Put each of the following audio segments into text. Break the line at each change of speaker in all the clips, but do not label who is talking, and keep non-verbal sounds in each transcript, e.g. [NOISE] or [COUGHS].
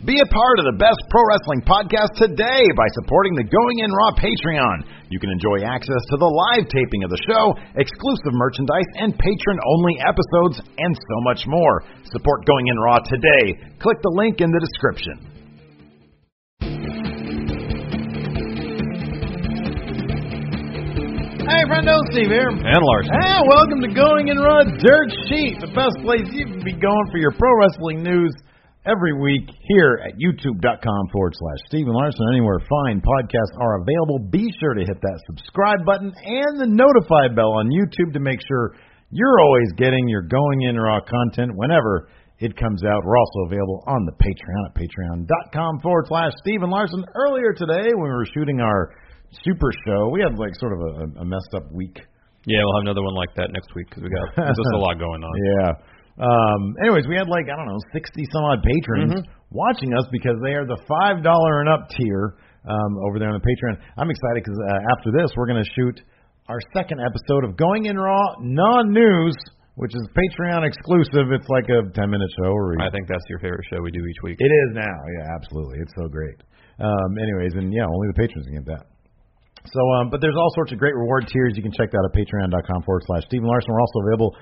Be a part of the best pro wrestling podcast today by supporting the Going In Raw Patreon. You can enjoy access to the live taping of the show, exclusive merchandise, and patron only episodes, and so much more. Support Going In Raw today. Click the link in the description.
Hey, friendo, Steve here.
And Larson.
Ah, welcome to Going in Raw Dirt Sheet, the best place you can be going for your pro wrestling news every week here at youtube.com forward slash Steven Larson. Anywhere fine podcasts are available, be sure to hit that subscribe button and the notify bell on YouTube to make sure you're always getting your Going in Raw content whenever it comes out. We're also available on the Patreon at patreon.com forward slash Steven Larson. Earlier today, when we were shooting our super show, we had like sort of a, a messed up week.
Yeah, we'll have another one like that next week because we got there's just a lot
[LAUGHS]
going on.
Yeah. Um, anyways, we had like, I don't know, 60 some odd patrons watching us because they are the $5 and up tier um, over there on the Patreon. I'm excited because uh, after this, we're going to shoot our second episode of Going In Raw Non News, which is Patreon exclusive. It's like a 10 minute show. Where we,
I think that's your favorite show we do each week.
it is now. Yeah, absolutely. It's so great. Um, anyways, and yeah, only the patrons can get that. So, um, but there's all sorts of great reward tiers. You can check that at patreon.com forward slash Stephen Larson. We're also available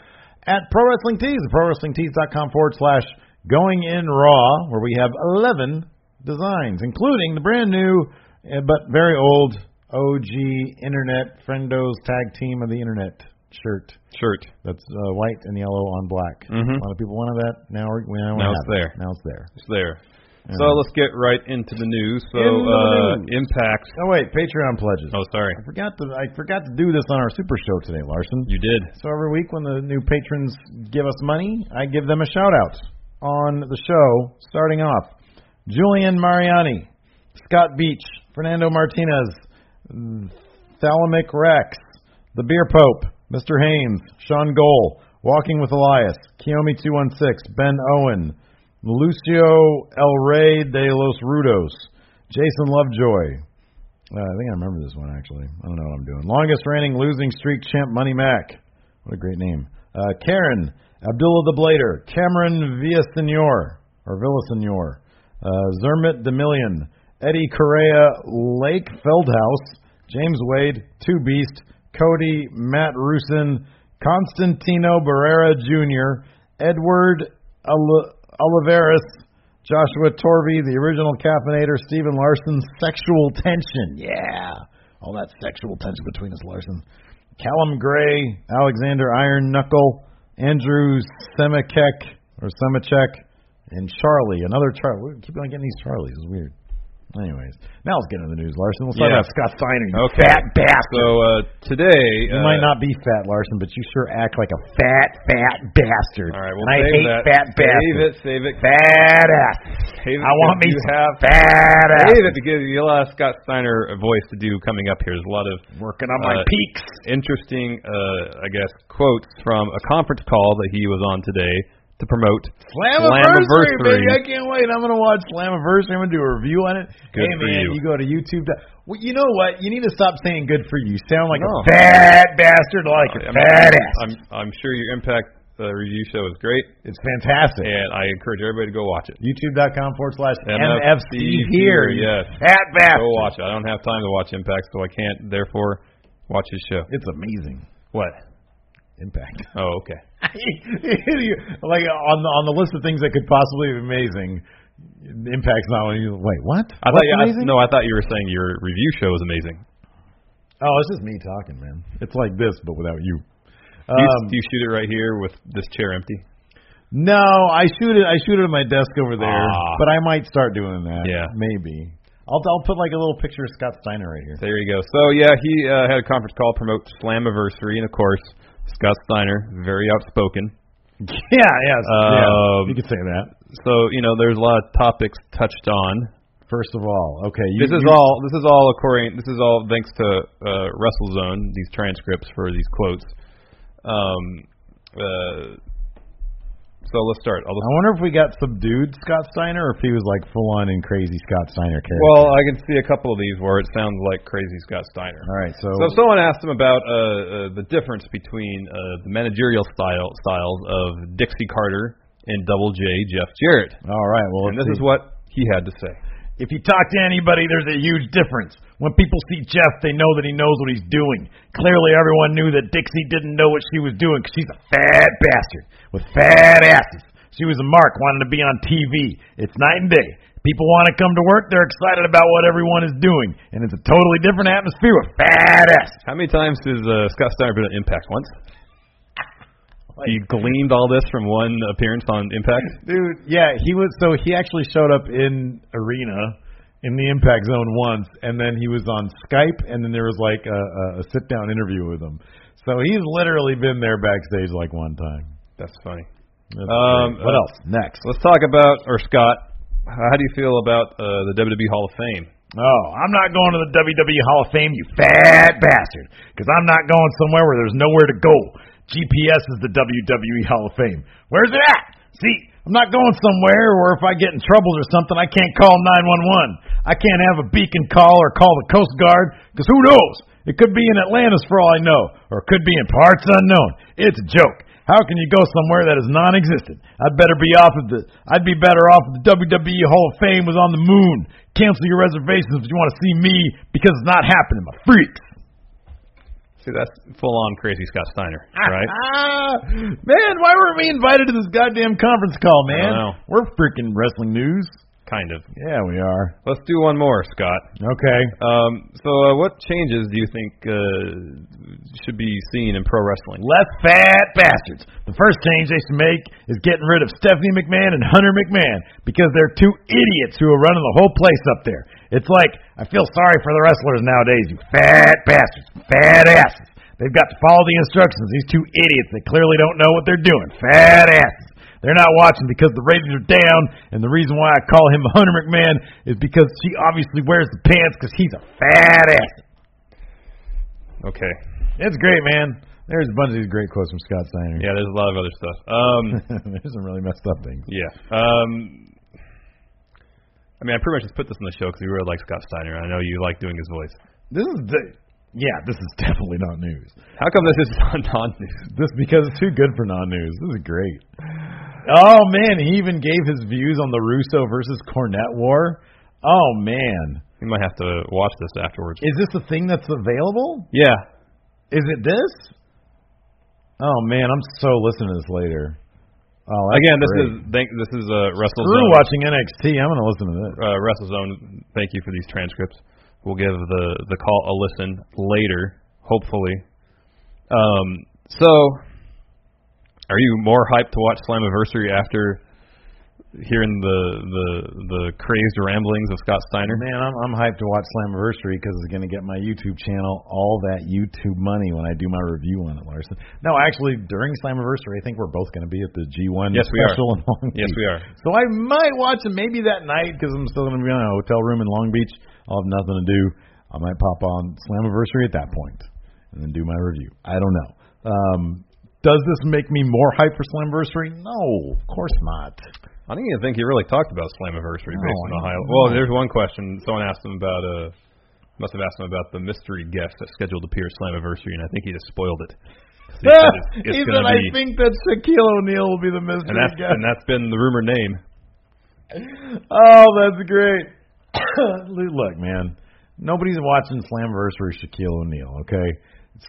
at Pro Wrestling Tees, pro wrestling tees.com forward slash going in raw, where we have 11 designs, including the brand new uh, but very old OG Internet Friendos Tag Team of the Internet shirt.
Shirt.
That's uh, white and yellow on black.
Mhm.
A lot of people wanted that. Now we're, we now we have
Now
it.
it's there.
Now it's there.
It's there. So let's get right into the news. So
In the
uh,
news.
Impact.
Oh wait, Patreon pledges.
Oh, sorry,
I forgot to I forgot to do this on our super show today, Larson.
you did.
So every week when the new patrons give us money, I give them a shout out on the show. Starting off, Julian Mariani, Scott Beach, Fernando Martinez, Thalamic Rex, The Beer Pope, Mr. Haynes, Sean Goal, Walking with Elias, Kiomi216, Ben Owen, Lucio El Rey de los Rudos, Jason Lovejoy. Uh, I think I remember this one actually. I don't know what I'm doing. Longest reigning losing streak champ Money Mac. What a great name. Uh, Karen, Abdullah the Blader, Cameron Villasenor, or Villasenor, uh, Zermit Demillion, Eddie Correa, Lake Feldhouse, James Wade, Two Beast, Cody, Matt Rusin, Constantino Barrera Jr., Edward Ol- Oliveris, Joshua Torvey, the original caffeinator, Stephen Larson, sexual tension. Yeah. All that sexual tension between us, Larson. Callum Gray, Alexander Iron Knuckle, Andrew Semachek or Semachek, and Charlie. Another Charlie. We keep on getting these Charlies. It's weird. Anyways, now let's get into the news, Larson. We'll talk
Yeah.
about Scott Steiner. you
Okay.
Fat bastard.
So uh, today
you
uh,
might not be fat, Larson, but you sure act like a fat, fat bastard.
All right,
and
we'll
I
save
hate
that.
fat
Save
bastards.
it. Save it.
Fat ass.
Save it
I want me
because you have.
fat ass.
Save it because you will have Scott Steiner voice to do coming up here. There's a lot of
Working on
my
peaks.
interesting, uh, I guess, quotes from a conference call that he was on today to promote
Slammiversary, baby.
Slammiversary.
I can't wait. I'm going to watch Slammiversary. I'm going to do a review on it.
Good
hey,
for
man,
you.
go to YouTube. dot- Well, you know what? You need to stop saying good for you. You sound like
No.
a fat bastard, like a
I mean,
fat ass.
I'm, I'm sure your impact The review show is great,
It's fantastic.
and I encourage everybody to go watch it.
YouTube.com forward slash
MFC
MFC here.
here, yes.
At Bass.
Go watch it. I don't have time to watch Impact, so I can't. Therefore, watch his show.
It's amazing.
What?
Impact.
Oh, okay.
[LAUGHS] like on the, on the list of things that could possibly be amazing, Impact's not one. of you. Wait, what?
I
What's
thought you, I,
amazing?
no, I thought you were saying your review show is amazing.
Oh, it's just me talking, man. It's like this, but without you.
Do you,
Um,
do you shoot it right here with this chair empty?
no, I shoot it. I shoot it at my desk over there,
Ah.
but I might start doing that.
Yeah.
maybe. I'll I'll put like a little picture of Scott Steiner right here.
There you go. So yeah, he uh, had a conference call promote Slammiversary, and of course, Scott Steiner, very outspoken.
[LAUGHS] Yeah, yeah,
Um,
yeah. You could say that.
So you know, there's a lot of topics touched on.
First of all, okay. You,
This is
you-
all. This is all according. This is all thanks to uh, WrestleZone. These transcripts for these quotes. Um, uh, so let's start. I'll-
I wonder if we got subdued Scott Steiner, or if he was like full on in crazy Scott Steiner character.
well, I can see a couple of these where it sounds like crazy Scott Steiner.
all right. So,
So if someone asked him about uh, uh, the difference between uh, the managerial style styles of Dixie Carter and Double J Jeff Jarrett,
all right. Well,
and
let's
this is
see.
what he had to say.
If you talk to anybody, there's a huge difference. When people see Jeff, they know that he knows what he's doing. Clearly, everyone knew that Dixie didn't know what she was doing 'cause she's a fat bastard with fat asses. She was a mark, wanted to be on TV. It's night and day. People want to come to work. They're excited about what everyone is doing, and it's a totally different atmosphere with fat asses.
How many times has uh, Scott Steiner been on Impact? Once. He gleaned all this from one appearance on
[LAUGHS]
Impact.
Dude, yeah, he was. So he actually showed up in arena in the Impact Zone once, and then he was on Skype, and then there was like a, a, a sit down interview with him. So he's literally been there backstage like one time.
That's funny.
That's
Um,
great. what
uh,
else? Next.
Let's talk about or Scott. How do you feel about uh, the WWE Hall of Fame?
Oh, I'm not going to the WWE Hall of Fame, you fat bastard, because I'm not going somewhere where there's nowhere to go. GPS is the WWE Hall of Fame. Where's it at? See, I'm not going somewhere where if I get in trouble or something, I can't call 911. I can't have a beacon call or call the Coast Guard, because who knows? It could be in Atlantis for all I know, or it could be in parts unknown. It's a joke. How can you go somewhere that is non-existent? I'd better be off of the. I'd be better off if the WWE Hall of Fame was on the moon. Cancel your reservations if you want to see me because it's not happening, my freaks.
See, that's full on crazy Scott
[LAUGHS]
Steiner, right?
Ah, man, why weren't we invited to this goddamn conference call, man?
don't know.
We're freaking wrestling news.
kind of.
Yeah, we are.
Let's do one more, Scott.
Okay.
Um, so, uh, what changes do you think uh, should be seen in pro wrestling?
Less fat bastards. The first change they should make is getting rid of Stephanie McMahon and Hunter McMahon because they're two idiots who are running the whole place up there. It's like, I feel sorry for the wrestlers nowadays, you fat bastards, fat asses. They've got to follow the instructions. These two idiots that clearly don't know what they're doing, fat asses. They're not watching because the ratings are down, and the reason why I call him [LAUGHS] Hunter McMahon is because she obviously wears the pants because he's a fat ass.
Okay.
It's great, man. There's a bunch of these great quotes from Scott Steiner.
Yeah, there's a lot of other stuff. Um,
[LAUGHS] There's some really messed up things.
yeah. Um, I mean, I pretty much just put this in the show because we really like Scott Steiner. and I know you like doing his voice.
This is, the, yeah, this is definitely not
[LAUGHS]
news.
How come this is on non news?
This because it's too good for non-news. This is great. Oh man, he even gave his views on the Russo versus Cornette war. Oh man,
We might have to watch this afterwards.
is this a thing that's available?
Yeah.
Is it this? Oh man, I'm so listening to this later. Oh, that's
Again, this
great.
is thank, this is uh,
Screw
WrestleZone.
watching NXT. I'm gonna listen to this.
uh, WrestleZone. Thank you for these transcripts. We'll give the the call a listen later, hopefully. Um, so, are you more hyped to watch Slammiversary after hearing the the the crazed ramblings of Scott Steiner?
Man, I'm, I'm hyped to watch Slammiversary because it's going to get my YouTube channel all that YouTube money when I do my review on it, Larson. No, actually, during Slammiversary, I think we're both going to be at the G1
Yes, we are.
special in Long Beach.
Yes, we are.
So I might watch it maybe that night because I'm still going to be in a hotel room in Long Beach. I'll have nothing to do. I might pop on Slammiversary at that point and then do my review. I don't know. Um, does this make me more hyped for Slammiversary? No, of course not.
I don't even think he really talked about Slammiversary based
No,
on the
I-
highlight. Well, there's one question. Someone asked him about uh must have asked him about the mystery guest that scheduled to appear at Slammiversary, and I think he just spoiled it. 'Cause he [LAUGHS] said it's- [LAUGHS]
[LAUGHS]
it's
he said,
gonna
I
be-
think that Shaquille O'Neal will be the mystery
and that's
guest.
and that's been the rumored name.
Oh, that's great. [COUGHS] Look, man, nobody's watching Slamversary Shaquille O'Neal, okay?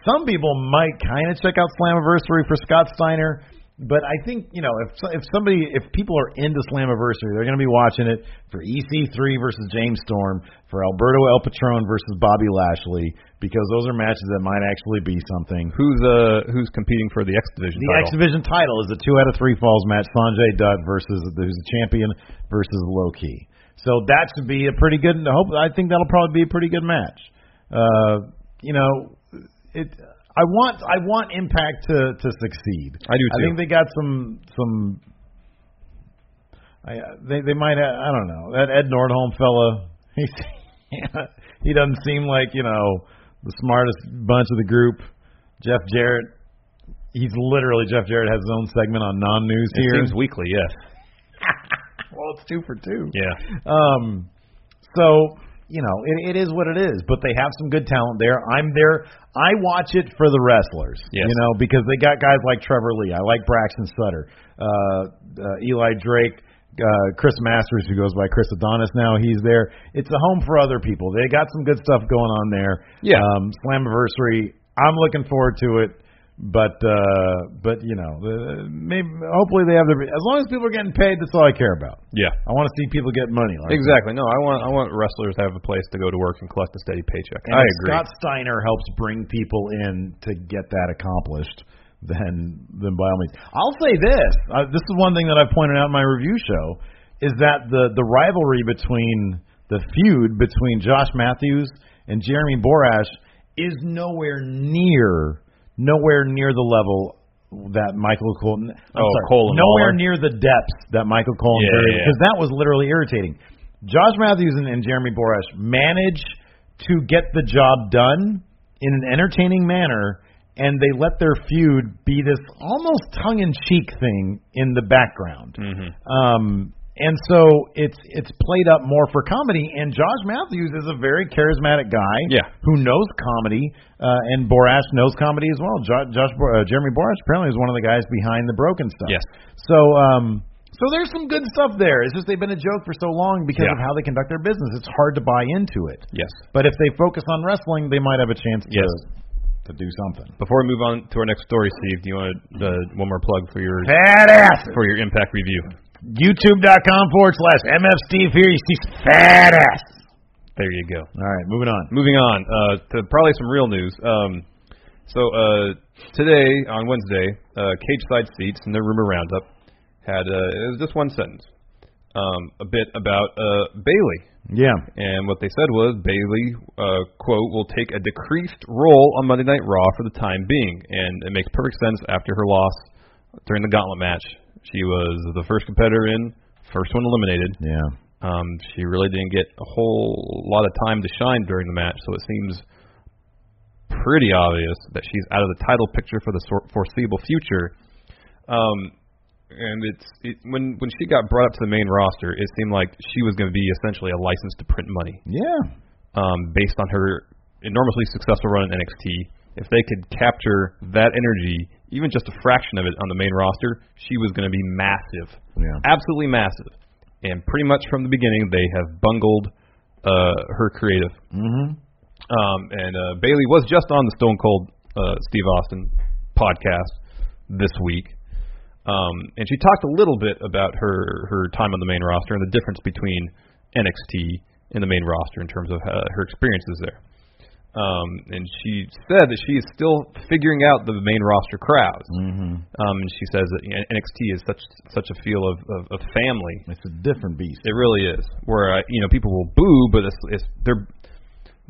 Some people might kind of check out Slammiversary for Scott Steiner, but I think, you know, if if somebody if people are into Slammiversary, they're going to be watching it for EC3 versus James Storm, for Alberto El Patron versus Bobby Lashley because those are matches that might actually be something.
Who's uh who's competing for the X Division
The
title?
X Division title is a two out of three falls match. Sanjay Dutt versus who's the champion versus Loki. So that should be a pretty good. I hope I think that'll probably be a pretty good match. Uh, you know, it. I want I want Impact to to succeed.
I do
I
too.
think they got some some. I, they they might have, I don't know that Ed Nordholm fella. [LAUGHS] He's, he doesn't seem like you know the smartest bunch of the group. Jeff Jarrett. He's literally Jeff Jarrett has his own segment on non-news
it
here.
seems weekly, yes.
well, it's two for two.
Yeah.
Um, so you know, it, it is what it is. But they have some good talent there. I'm there. I watch it for the wrestlers.
Yes.
You know, because they got guys like Trevor Lee. I like Braxton Sutter, uh, uh, Eli Drake. Uh, Chris Masters, who goes by Chris Adonis now, he's there. It's a home for other people. They got some good stuff going on there.
Yeah.
Um, Slammiversary. I'm looking forward to it, but uh, but you know, the, maybe hopefully they have their. As long as people are getting paid, that's all I care about.
Yeah.
I want to see people get money. Like
Exactly. No, I want I want wrestlers to have a place to go to work and collect a steady paycheck.
And
I
if
agree.
Scott Steiner helps bring people in to get that accomplished. Then, then by all means, I'll say this. Uh, this is one thing that I've pointed out in my review show is that the the rivalry between the feud between Josh Matthews and Jeremy Borash is nowhere near nowhere near the level that Michael Colton. I'm
Oh,
sorry,
Cole and
nowhere
Lawler.
near the depths that Michael Cole
Yeah, yeah, yeah.
because that was literally irritating. Josh Matthews and, and Jeremy Borash manage to get the job done in an entertaining manner, and they let their feud be this almost tongue-in-cheek thing in the background.
Mm-hmm.
Um, and so it's it's played up more for comedy. And Josh Matthews is a very charismatic guy,
Yeah.
who knows comedy, uh, and Borash knows comedy as well. Jo- Josh Bor- uh, Jeremy Borash apparently is one of the guys behind the Broken stuff.
Yes.
So um, so there's some good stuff there. It's just they've been a joke for so long because of
Yeah.
how they conduct their business. It's hard to buy into it.
Yes.
But if they focus on wrestling, they might have a chance
Yes.
to to do something.
Before we move on to our next story, Steve, do you want to, uh, one more plug for your
Badass.
for your Impact review?
YouTube.com forward slash MF Steve here. You see fat ass.
There you go.
All right, moving on.
Moving on uh, to probably some real news. Um, so uh, today on Wednesday, uh, Cage Side Seats and their rumor roundup had uh, it was just one sentence, um, a bit about uh, Bailey,
Yeah.
and what they said was Bailey uh, quote will take a decreased role on Monday Night Raw for the time being, and it makes perfect sense after her loss during the Gauntlet match. She was the first competitor in, first one eliminated.
Yeah.
Um, she really didn't get a whole lot of time to shine during the match, so it seems pretty obvious that she's out of the title picture for the sor- foreseeable future. Um, and it's it, when when she got brought up to the main roster, it seemed like she was going to be essentially a license to print money,
Yeah.
um, based on her enormously successful run in NXT. If they could capture that energy, even just a fraction of it, on the main roster, she was going to be massive
Yeah.
absolutely massive. And pretty much from the beginning, they have bungled uh, her creative.
Mm-hmm.
Um, and uh, Bailey was just on the Stone Cold uh, Steve Austin podcast this week, um, and she talked a little bit about her her time on the main roster and the difference between NXT and the main roster in terms of uh, her experiences there. Um, and she said that she is still figuring out the main roster crowd. Mm-hmm. Um, and she says that you know, NXT is such such a feel of, of, of family
It's a different beast.
it really is. Where uh, you know people will boo, but it's, it's they're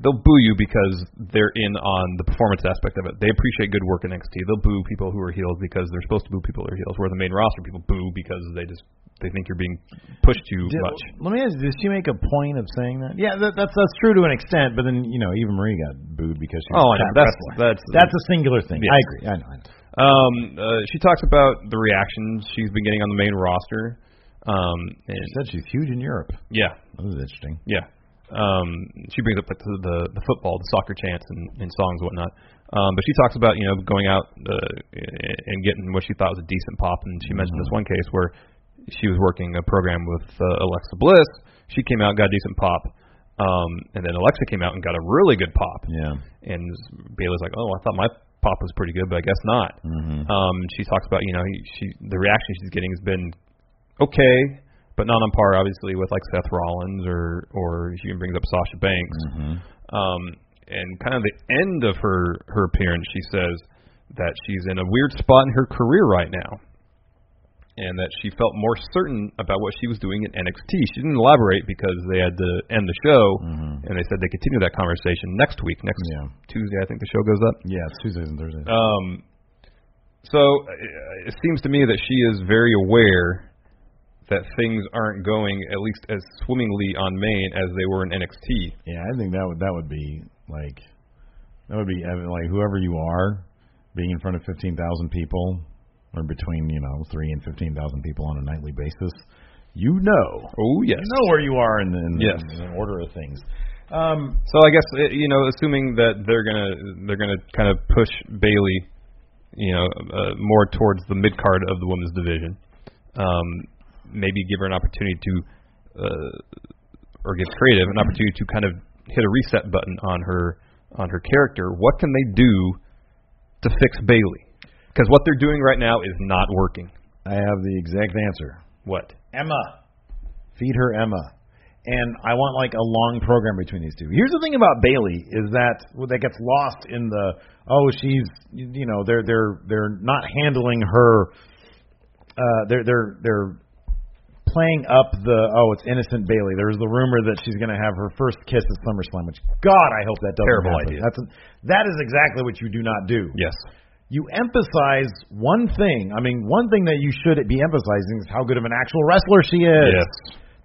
they'll boo you because they're in on the performance aspect of it. They appreciate good work in NXT. They'll boo people who are heels because they're supposed to boo people who are heels. Where the main roster people boo because they just they think you're being pushed too
Did-
much.
Let me ask you, did she make a point of saying that? Yeah, that, that's that's true to an extent, but then, you know, even Marie got booed because she was
Oh,
a
I know.
crap
That's-
wrestler.
that's-
that's a singular thing.
Yeah.
I agree. I know. I know.
Um, uh, she talks about the reactions she's been getting on the main roster. Um, and
She said she's huge in Europe.
yeah,
That was interesting.
Yeah. um, she brings up the, the the football, the soccer chants and, and songs and whatnot. Um, but she talks about you know going out uh, and getting what she thought was a decent pop, and she mentioned this one case where she was working a program with uh, Alexa Bliss. She came out, got a decent pop, um, and then Alexa came out and got a really good pop.
Yeah.
And Bailey's like, oh, I thought my pop was pretty good, but I guess not. Um, she talks about you know she the reaction she's getting has been okay, but not on par obviously with like Seth Rollins or or she even brings up Sasha Banks. Um, and kind of the end of her her appearance, she says that she's in a weird spot in her career right now. And that she felt more certain about what she was doing in NXT. She didn't elaborate because they had to end the show, and they said they continue that conversation next week, next
Mm-hmm. Yeah.
Tuesday. I think the show goes up.
Yeah, it's Tuesdays and Thursdays.
Um, so uh, it seems to me that she is very aware that things aren't going at least as swimmingly on Maine as they were in NXT.
yeah, I think that would that would be like that would be ev- like whoever you are being in front of fifteen thousand people or between you know three and fifteen thousand people on a nightly basis. You know,
Oh yes.
you know where you are in the, in the,
Yes.
in the order of things. Um,
So I guess uh, you know, assuming that they're gonna they're gonna kind of push Bailey, you know, uh, more towards the mid card of the women's division. Um, maybe give her an opportunity to, uh, or give creative an opportunity to kind of hit a reset button on her on her character. What can they do to fix Bailey? Because what they're doing right now is not working.
I have the exact answer.
What?
Emma. Feed her Emma. And I want like a long program between these two. Here's the thing about Bailey is that well, that gets lost in the oh she's you know they're they're they're not handling her uh they're they're they're playing up the oh it's innocent Bailey. There's the rumor that she's going to have her first kiss at SummerSlam, which God I hope that doesn't
Terrible
happen.
idea.
That's that is exactly what you do not do
Yes.
you emphasize one thing. I mean, one thing that you should be emphasizing is how good of an actual wrestler she is.
Yes.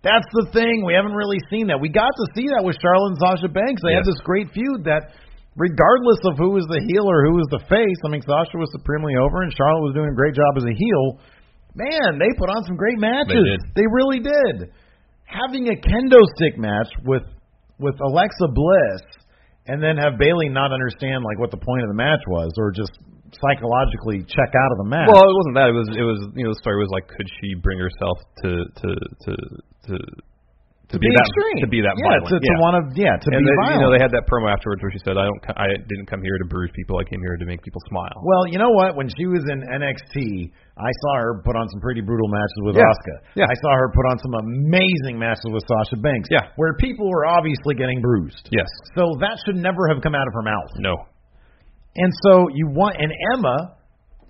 That's the thing. We haven't really seen that. We got to see that with Charlotte and Sasha Banks. They had
Yes.
this great feud that, regardless of who was the heel or who was the face, I mean, Sasha was supremely over and Charlotte was doing a great job as a heel. Man, they put on some great matches.
did.
They really did. Having a kendo stick match with with Alexa Bliss and then have Bailey not understand like what the point of the match was or just psychologically check out of the match.
Well, it wasn't that. It was it was you know the story was like could she bring herself to to to to to be, that
extreme.
to be that
yeah,
violent?
To, to want to yeah, to be
and they,
violent.
you know they had that promo afterwards where she said I don't co- I didn't come here to bruise people. I came here to make people smile.
Well, you know what? When she was in NXT, I saw her put on some pretty brutal matches with
Yeah.
Asuka.
Yeah.
I saw her put on some amazing matches with Sasha Banks.
Yeah.
Where people were obviously getting bruised.
yes.
So that should never have come out of her mouth.
No.
And so you want and Emma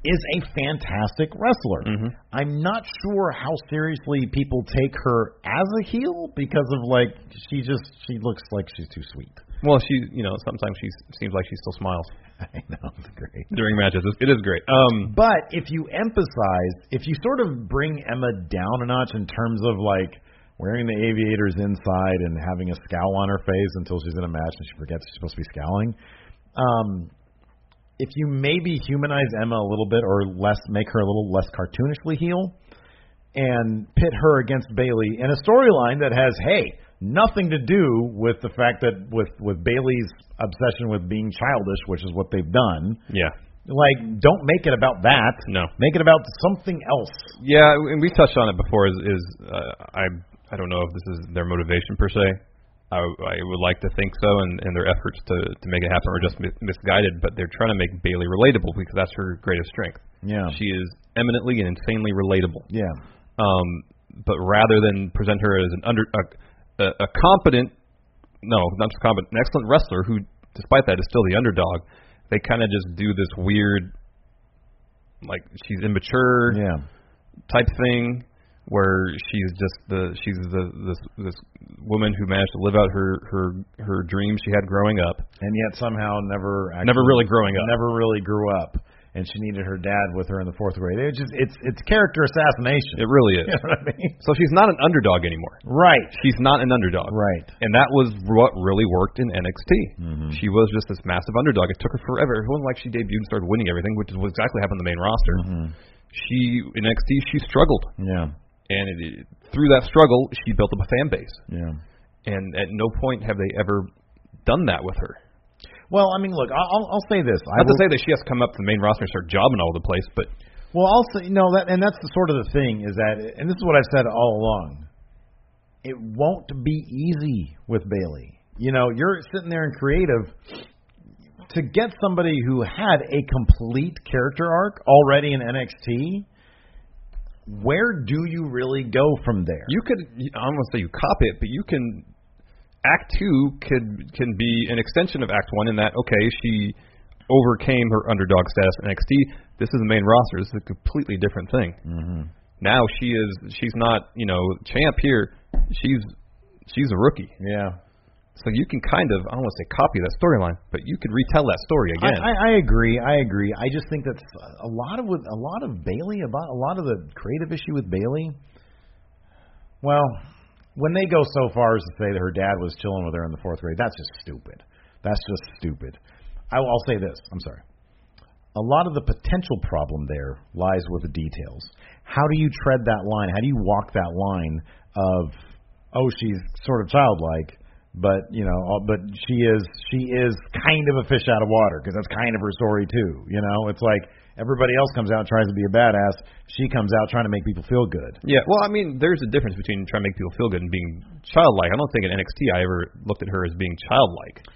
is a fantastic wrestler.
Mm-hmm.
I'm not sure how seriously people take her as a heel because of like she just she looks like she's too sweet. [LAUGHS]
Well, she you know sometimes she seems like she still smiles
I know it's great.
during matches. It's- It is great. Um.
But if you emphasize, if you sort of bring Emma down a notch in terms of like wearing the aviators inside and having a scowl on her face until she's in a match and she forgets she's supposed to be scowling, um, if you maybe humanize Emma a little bit or less, make her a little less cartoonishly heel, and pit her against Bailey in a storyline that has hey nothing to do with the fact that with with Bailey's obsession with being childish, which is what they've done.
Yeah.
Like, don't make it about that.
No.
Make it about something else.
Yeah, and we touched on it before. Is, is uh, I I don't know if this is their motivation per se. I, I would like to think so, and, and their efforts to, to make it happen are just mi- misguided. But they're trying to make Bailey relatable because that's her greatest strength.
Yeah.
she is eminently and insanely relatable.
Yeah.
Um, but rather than present her as an under a, a, a competent, no, not just competent, an excellent wrestler who, despite that, is still the underdog. They kind of just do this weird, like she's immature
Yeah.
type thing where she's just the she's the this this woman who managed to live out her her her dreams she had growing up.
And yet somehow never actually,
Never really growing up.
Never really grew up. And she needed her dad with her in the fourth grade. It's just it's it's character assassination.
It really
[LAUGHS]
is.
you know what I mean?
So she's not an underdog anymore.
Right.
She's not an underdog.
Right.
And that was what really worked in NXT. She was just this massive underdog. It took her forever. It wasn't like she debuted and started winning everything, which is what exactly happened on the main roster. She in NXT she struggled,
Yeah.
and it, it- through that struggle she built up a fan base.
Yeah.
and at no point have they ever done that with her.
Well, I mean, look, I- I'll, I'll say this. I
Not to
will-
say that she has to come up to the main roster and start jobbing all over the place, but
Well, also, you know, that, and that's the sort of the thing is that, and this is what I've said all along. It won't be easy with Bailey. You know, you're sitting there in creative to get somebody who had a complete character arc already in NXT. Where do you really go from there?
you could I don't want to say you copy it, but you can Act Two could can be an extension of Act One in that okay she overcame her underdog status in NXT. This is the main roster. This is a completely different thing. Mm-hmm. Now she is she's not you know champ here. She's she's a rookie.
yeah,
So you can kind of I don't want to say copy that storyline, but you could retell that story
I,
again.
I, I agree. I agree. I just think that's a lot of with a lot of Bailey about a lot of the creative issue with Bailey. Well, when they go so far as to say that her dad was chilling with her in the fourth grade, that's just stupid. That's just stupid. I, I'll say this. I'm sorry. A lot of the potential problem there lies with the details. How do you tread that line? How do you walk that line of, oh, she's sort of childlike, but you know, uh, but she is she is kind of a fish out of water because that's kind of her story too. You know, it's like everybody else comes out and tries to be a badass. She comes out trying to make people feel good.
Yeah, well, I mean, there's a difference between trying to make people feel good and being childlike. I don't think in NXT I ever looked at her as being childlike.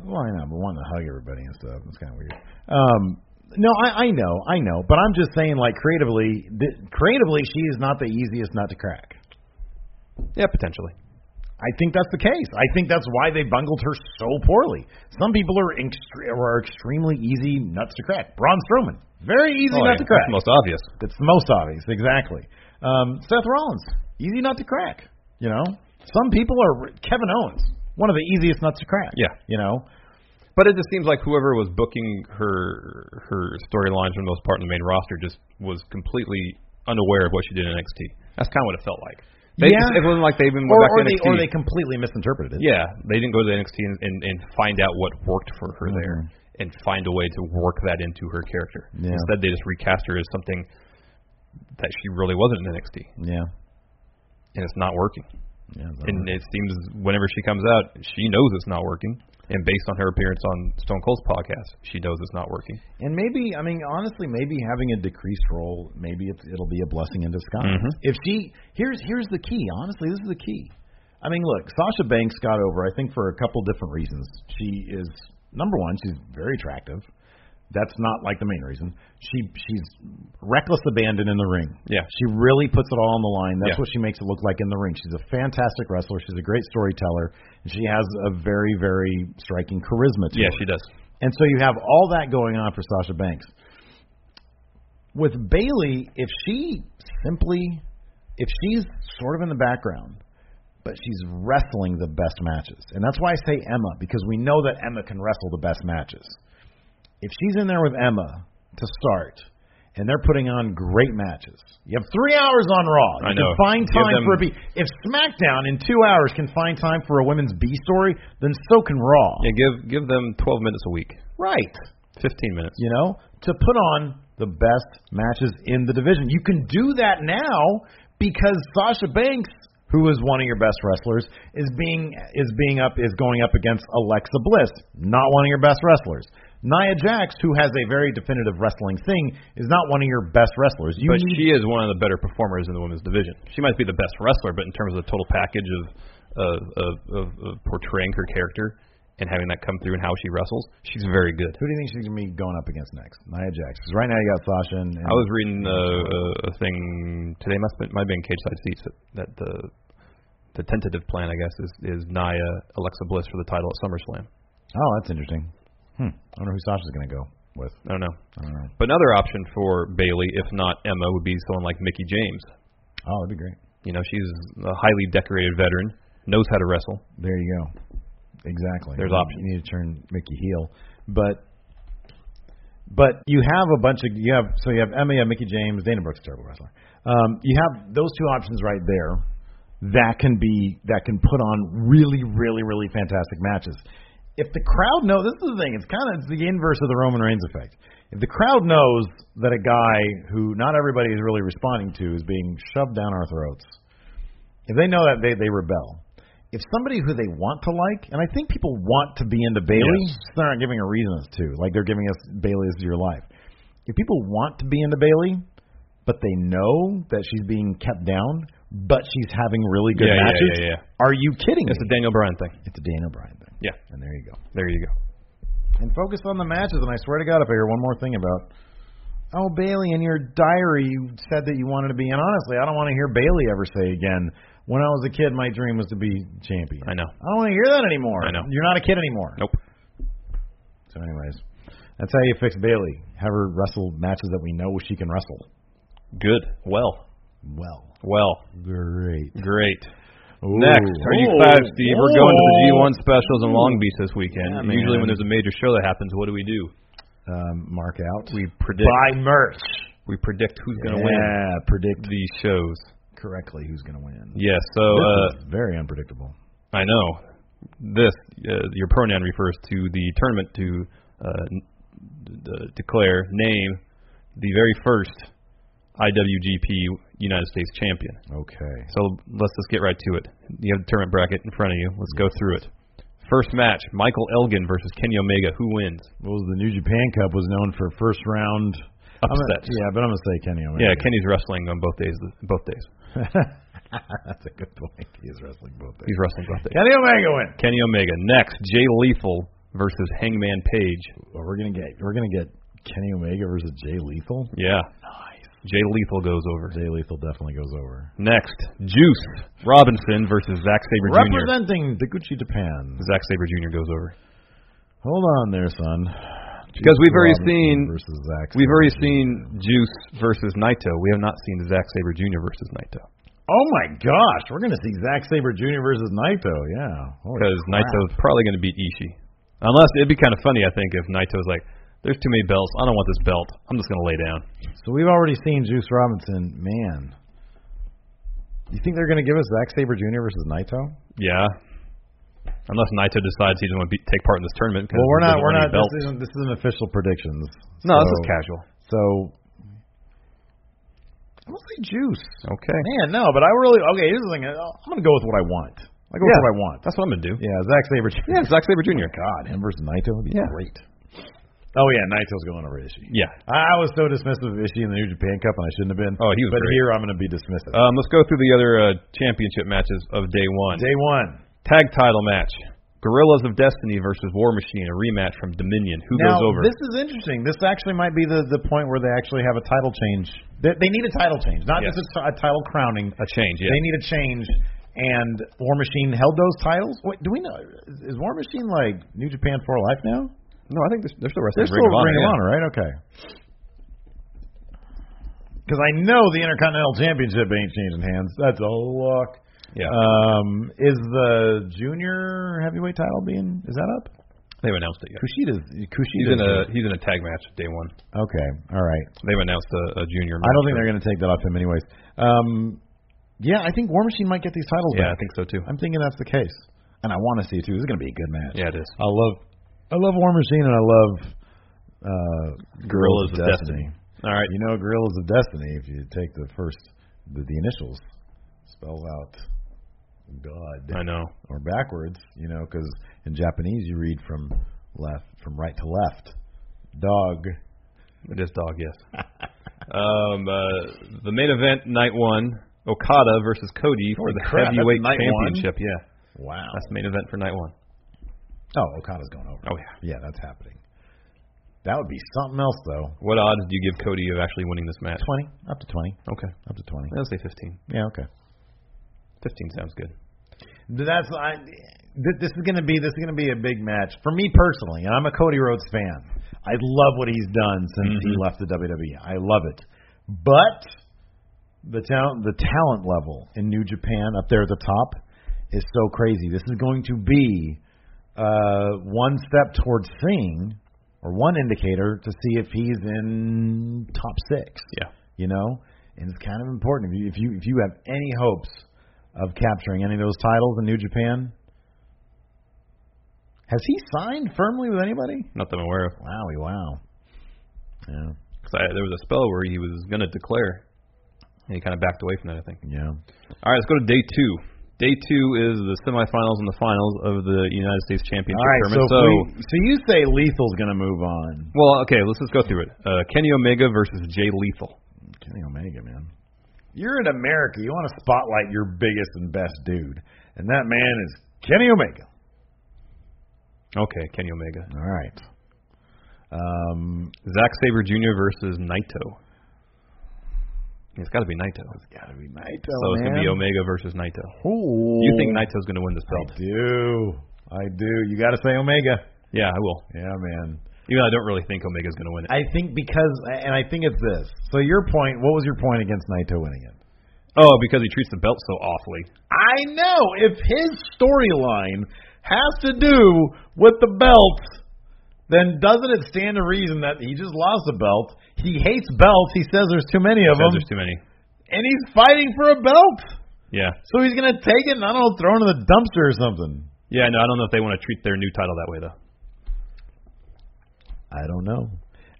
Why not? But wanting to hug everybody and stuff. It's kind of weird. Um, no, I, I know, I know, but I'm just saying, like creatively, th- creatively, she is not the easiest nut to crack.
Yeah, potentially.
I think that's the case. I think that's why they bungled her so poorly. Some people are extre- are extremely easy nuts to crack. Braun Strowman, very easy
Oh,
nut
yeah,
to crack.
That's the most obvious.
It's the most obvious, exactly. Um, Seth Rollins, easy nut to crack. You know, some people are Kevin Owens, one of the easiest nuts to crack.
Yeah.
you know,
But it just seems like whoever was booking her her storylines for the most part in the main roster just was completely unaware of what she did in NXT. That's kind of what it felt like. They
Yeah.
just, it wasn't like they even went
or
back
or
to
they
NXT.
or they completely misinterpreted it.
yeah, they didn't go to the NXT and, and, and find out what worked for her there and find a way to work that into her character.
Yeah.
Instead, they just recast her as something that she really wasn't in NXT,
yeah,
and it's not working.
yeah. it's
And it seems whenever she comes out, she knows it's not working. And based on her appearance on Stone Cold's podcast, she knows it's not working.
And maybe, I mean, honestly, maybe having a decreased role, maybe it's, it'll be a blessing in disguise.
Mhm.
If she, here's here's the key. Honestly, this is the key. I mean, look, Sasha Banks got over, I think, for a couple different reasons. She is number one, she's very attractive. That's not like the main reason. She she's reckless abandon in the ring.
Yeah.
She really puts it all on the line. That's
Yeah.
what she makes it look like in the ring. She's a fantastic wrestler. She's a great storyteller. And she has a very, very striking charisma to
Yeah,
her.
she does.
And so you have all that going on for Sasha Banks. With Bailey, if she simply if she's sort of in the background, but she's wrestling the best matches. And that's why I say Emma because we know that Emma can wrestle the best matches. If she's in there with Emma to start and they're putting on great matches. You have three hours on Raw. You
I know.
can find
Give
time
them-
for a B. If SmackDown in two hours can find time for a women's B story, then so can Raw.
Yeah, give give them 12 minutes a week,
Right.
15 minutes.
you know, to put on the best matches in the division. You can do that now because Sasha Banks, who is one of your best wrestlers, is being is being up is going up against Alexa Bliss, not one of your best wrestlers. Nia Jax, who has a very definitive wrestling thing, is not one of your best wrestlers. You
But
need-
she is one of the better performers in the women's division. She might be the best wrestler, but in terms of the total package of of, of, of, of portraying her character and having that come through and how she wrestles, she's very good.
who do you think she's gonna be going up against next? Nia Jax. Because right now you got Sasha and, and
I was reading uh, a, a thing today. Must have been, might have been cage side seats that, that the the tentative plan, I guess, is is Nia Alexa Bliss for the title at SummerSlam.
oh, that's interesting. Hmm. I wonder who Sasha's gonna go with.
I don't know.
I don't know.
But another option for Bailey, if not Emma, would be someone like Mickey James.
Oh, that'd be great.
You know, she's a highly decorated veteran, knows how to wrestle.
There you go. Exactly.
There's
You-
options.
You need to turn Mickey heel, but but you have a bunch of you have so you have Emma, you have Mickey James, Dana Brooks, terrible wrestler. Um, you have those two options right there that can be that can put on really really really fantastic matches. If the crowd knows, this is the thing. It's kind of it's the inverse of the Roman Reigns effect. If the crowd knows that a guy who not everybody is really responding to is being shoved down our throats, if they know that, they they rebel. if somebody who they want to like, and I think people want to be into Bailey,
Yes.
they're not giving a reason as to. Like they're giving us Bailey is your life. If people want to be into Bailey, but they know that she's being kept down, but she's having really good
Yeah, yeah,
matches,
yeah, yeah.
are you kidding
It's
me?
a Daniel Bryan thing.
it's a Dan O'Brien thing.
Yeah.
And there you go.
There you go.
And focus on the matches. And I swear to God, if I hear one more thing about, oh Bailey, in your diary you said that you wanted to be. And honestly, I don't want to hear Bailey ever say again. When I was a kid, my dream was to be champion.
I know.
I don't want to hear that anymore.
I know.
You're not a kid anymore.
Nope.
So, anyways, that's how you fix Bailey. Have her wrestle matches that we know she can wrestle.
Good. Well.
Well,
Well.
great.
Great.
Ooh.
Next, are you excited, Steve? We're going to the
Oh.
G1 specials in Long Beach this weekend.
Yeah, man.
Usually, when there's a major show that happens, what do we do?
Um, mark out.
We predict.
buy merch.
We predict who's going to win
yeah, predict
these shows.
correctly who's going to win.
Yeah. So uh,
this is very unpredictable.
I know this. Uh, your pronoun refers to the tournament to uh, n- d- d- declare name the very first IWGP United States champion.
Okay.
So let's just get right to it. You have the tournament bracket in front of you. Let's go through it. First match: Michael Elgin versus Kenny Omega. Who wins?
What was the New Japan Cup was known for first round I'm gonna-
Upsets.
yeah, but I'm gonna say Kenny Omega.
Yeah, Kenny's wrestling on both days. Both days.
[LAUGHS] That's a good point. He's wrestling both days.
He's wrestling both days.
Kenny Omega win.
Kenny Omega next. Jay Lethal versus Hangman Page.
Well, we're gonna get we're gonna get Kenny Omega versus Jay Lethal.
Yeah. Nice. Jay Lethal goes over.
Jay Lethal definitely goes over.
Next, Juice Robinson versus Zack Saber Jr.
Representing Taguchi Japan.
Zack Saber Jr. goes over.
Hold on there, son.
Because we've already
Robinson
seen-
versus Zack.
We've already
Sabre.
seen Juice versus Naito. We have not seen Zack Saber Jr. versus Naito
Oh my gosh, we're gonna see Zack Saber Jr. versus Naito. Yeah. Holy
because
crap.
Naito's probably going to beat Ishii. Unless it'd be kind of funny, I think, if Naito's like, "There's too many belts. I don't want this belt. I'm just going to lay down."
So we've already seen Juice Robinson. Man, you think they're going to give us Zack Saber Jr. versus Naito?
Yeah. Unless Naito decides he doesn't want to be, take part in this tournament. 'cause
Well, we're
he
not.
doesn't
We're
want
not.
any Belts.
This isn't. This isn't official predictions.
no, this
So-
is casual.
So I'm gonna say Juice.
Okay.
Man, no, but I really okay. Here's the thing. I'm gonna go with what I want. I go with
Yeah.
what I want.
That's what I'm going to do.
Yeah, Zack Saber Jr.
Yeah, Zack Saber Jr.
God, him versus Naito would be
Yeah.
great. Oh yeah, Naito's going over Ishii.
Yeah.
I I was so dismissive of Ishii in the New Japan Cup, and I shouldn't have been.
Oh, he was
But
great.
here, I'm going to be dismissive.
Um, let's go through the other uh, championship matches of day one.
Day one.
Tag title match: Gorillas of Destiny versus War Machine, a rematch from Dominion. Who
now,
goes over?
This is interesting. This actually might be the, the point where they actually have a title change. They, they need a title change, not
Yes.
just a, a title crowning.
a change. Yeah.
They need a change. And War Machine held those titles. Wait, do we know? Is War Machine like New Japan for life now?
no, I think they're, they're still wrestling.
They're still
in Ring of Honor,
Ring
yeah.
of Honor, right? Okay. Because I know the Intercontinental Championship ain't changing hands. That's a lock.
Yeah.
Um, is the junior heavyweight title being is that up?
They've announced it. Yet.
Kushida's Kushida.
He's in a he's in a tag match day one.
Okay, all right.
They've announced a, a junior.
I don't think they're going to take that off him, anyways. Um, yeah, I think War Machine might get these titles
Yeah, I
back.
think so too.
I'm thinking that's the case, and I want to see it too. This is going to be a good match.
Yeah, it is.
I love, I love War Machine, and I love uh,
Gorillas of Destiny. All right.
You know, Gorillas of Destiny. If you take the first, the, the initials, spells out God
I know.
or backwards. You know, because in Japanese you read from left, from right to left. Dog.
It is dog. Yes. [LAUGHS] um, uh, the main event night one: Okada versus Cody for
Holy
the
crap, that's
heavyweight
night one? Oh.
championship. Yeah,
Wow.
that's the main event for night one.
Oh, Okada's going over.
Oh yeah.
Yeah, that's happening. That would be something else, though.
What odds do you give Cody of actually winning this match?
20, up to 20,
Okay.
up to 20.
Let's say 15.
Yeah, okay.
15 sounds good.
That's I. th- This is gonna be this is gonna be a big match for me personally, and I'm a Cody Rhodes fan. I love what he's done since he left the WWE. I love it, but the talent the talent level in New Japan up there at the top is so crazy. This is going to be uh, one step towards seeing or one indicator to see if he's in top six.
Yeah.
you know, and it's kind of important if you if you if you have any hopes of capturing any of those titles in New Japan. Has he signed firmly with anybody?
Not that I'm aware of.
Wowie, wow. Yeah,
Because there was a spell where he was going to declare, and he kind of backed away from that, I think.
yeah.
All right, let's go to day two. Day two is the semifinals and the finals of the United States Championship
All right, so if
tournament.
we- so you say Lethal's going to move on?
well, okay, let's just go through it. Uh, Kenny Omega versus Jay Lethal.
Kenny Omega, man. You're in America. You want to spotlight your biggest and best dude, and that man is Kenny Omega.
Okay, Kenny Omega.
All right. Um,
Zack Saber Jr. versus Naito. It's got to be Naito.
it's got to be Naito,
so it's gonna be Omega versus Naito.
Ooh.
You think Naito's gonna win this belt?
I do. I do. You got to say Omega.
Yeah, I will.
Yeah, man.
Even though I don't really think Omega's gonna win it.
I think because, and I think it's this. So your point. What was your point against Naito winning it?
Oh, because he treats the belt so awfully.
I know if his storyline has to do with the belt, then doesn't it stand to reason that he just lost the belt? He hates belts. He says there's too many of
Says
them,
There's too many.
and he's fighting for a belt.
Yeah,
So he's gonna take it and I don't know, throw it in the dumpster or something.
yeah. No, I don't know if they want to treat their new title that way though.
I don't know.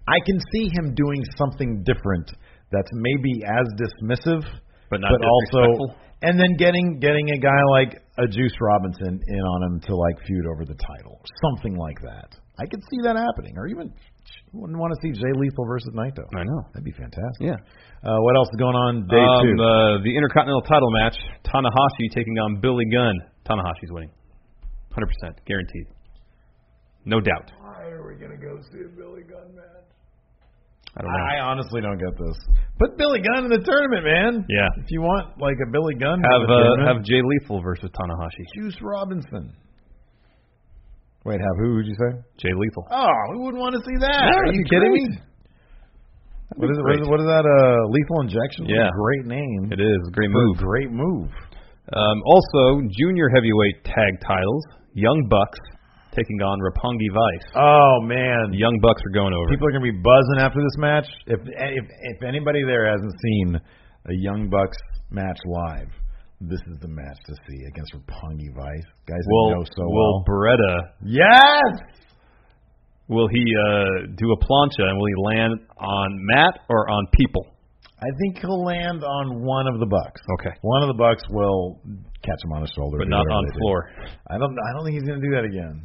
I can see him doing something different that's maybe as dismissive,
But not
but also,
disrespectful?
and then getting getting a guy like a Juice Robinson in on him to like feud over the title, something like that. I could see that happening, or even who wouldn't want to see Jay Lethal versus Naito.
I know.
That'd be fantastic.
Yeah.
Uh, what else is going on day
Um,
two?
uh, the Intercontinental title match: Tanahashi taking on Billy Gunn. Tanahashi's winning, 100 percent guaranteed, no doubt.
Why are we gonna go see a Billy Gunn match?
I don't know.
I honestly don't get this. Put Billy Gunn in the tournament, man.
Yeah.
If you want like a Billy Gunn,
Have
in the
uh,
tournament.
have Jay Lethal versus Tanahashi.
Juice Robinson. Wait, have who would you say?
Jay Lethal.
Oh, who wouldn't want to see that?
Yeah,
Are
that'd
you
be
kidding
great.
me? What is, it,
great.
what is that? Uh, lethal injection.
Yeah.
great name.
It is a great
For a
move.
Great move.
Um, also, junior heavyweight tag titles: Young Bucks taking on Rapongi Vice.
Oh man,
Young Bucks are going over.
people are gonna be buzzing after this match. If if if anybody there hasn't seen a Young Bucks match live, this is the match to see against Rapongi Vice. Guys that
will
know so
will
well.
Beretta
yes.
will he uh, do a plancha and will he land on Matt or on people?
I think he'll land on one of the Bucks.
Okay.
One of the Bucks will catch him on his shoulder,
But
do
not
whatever
on
they do.
floor.
I don't. I don't think he's going to do that again.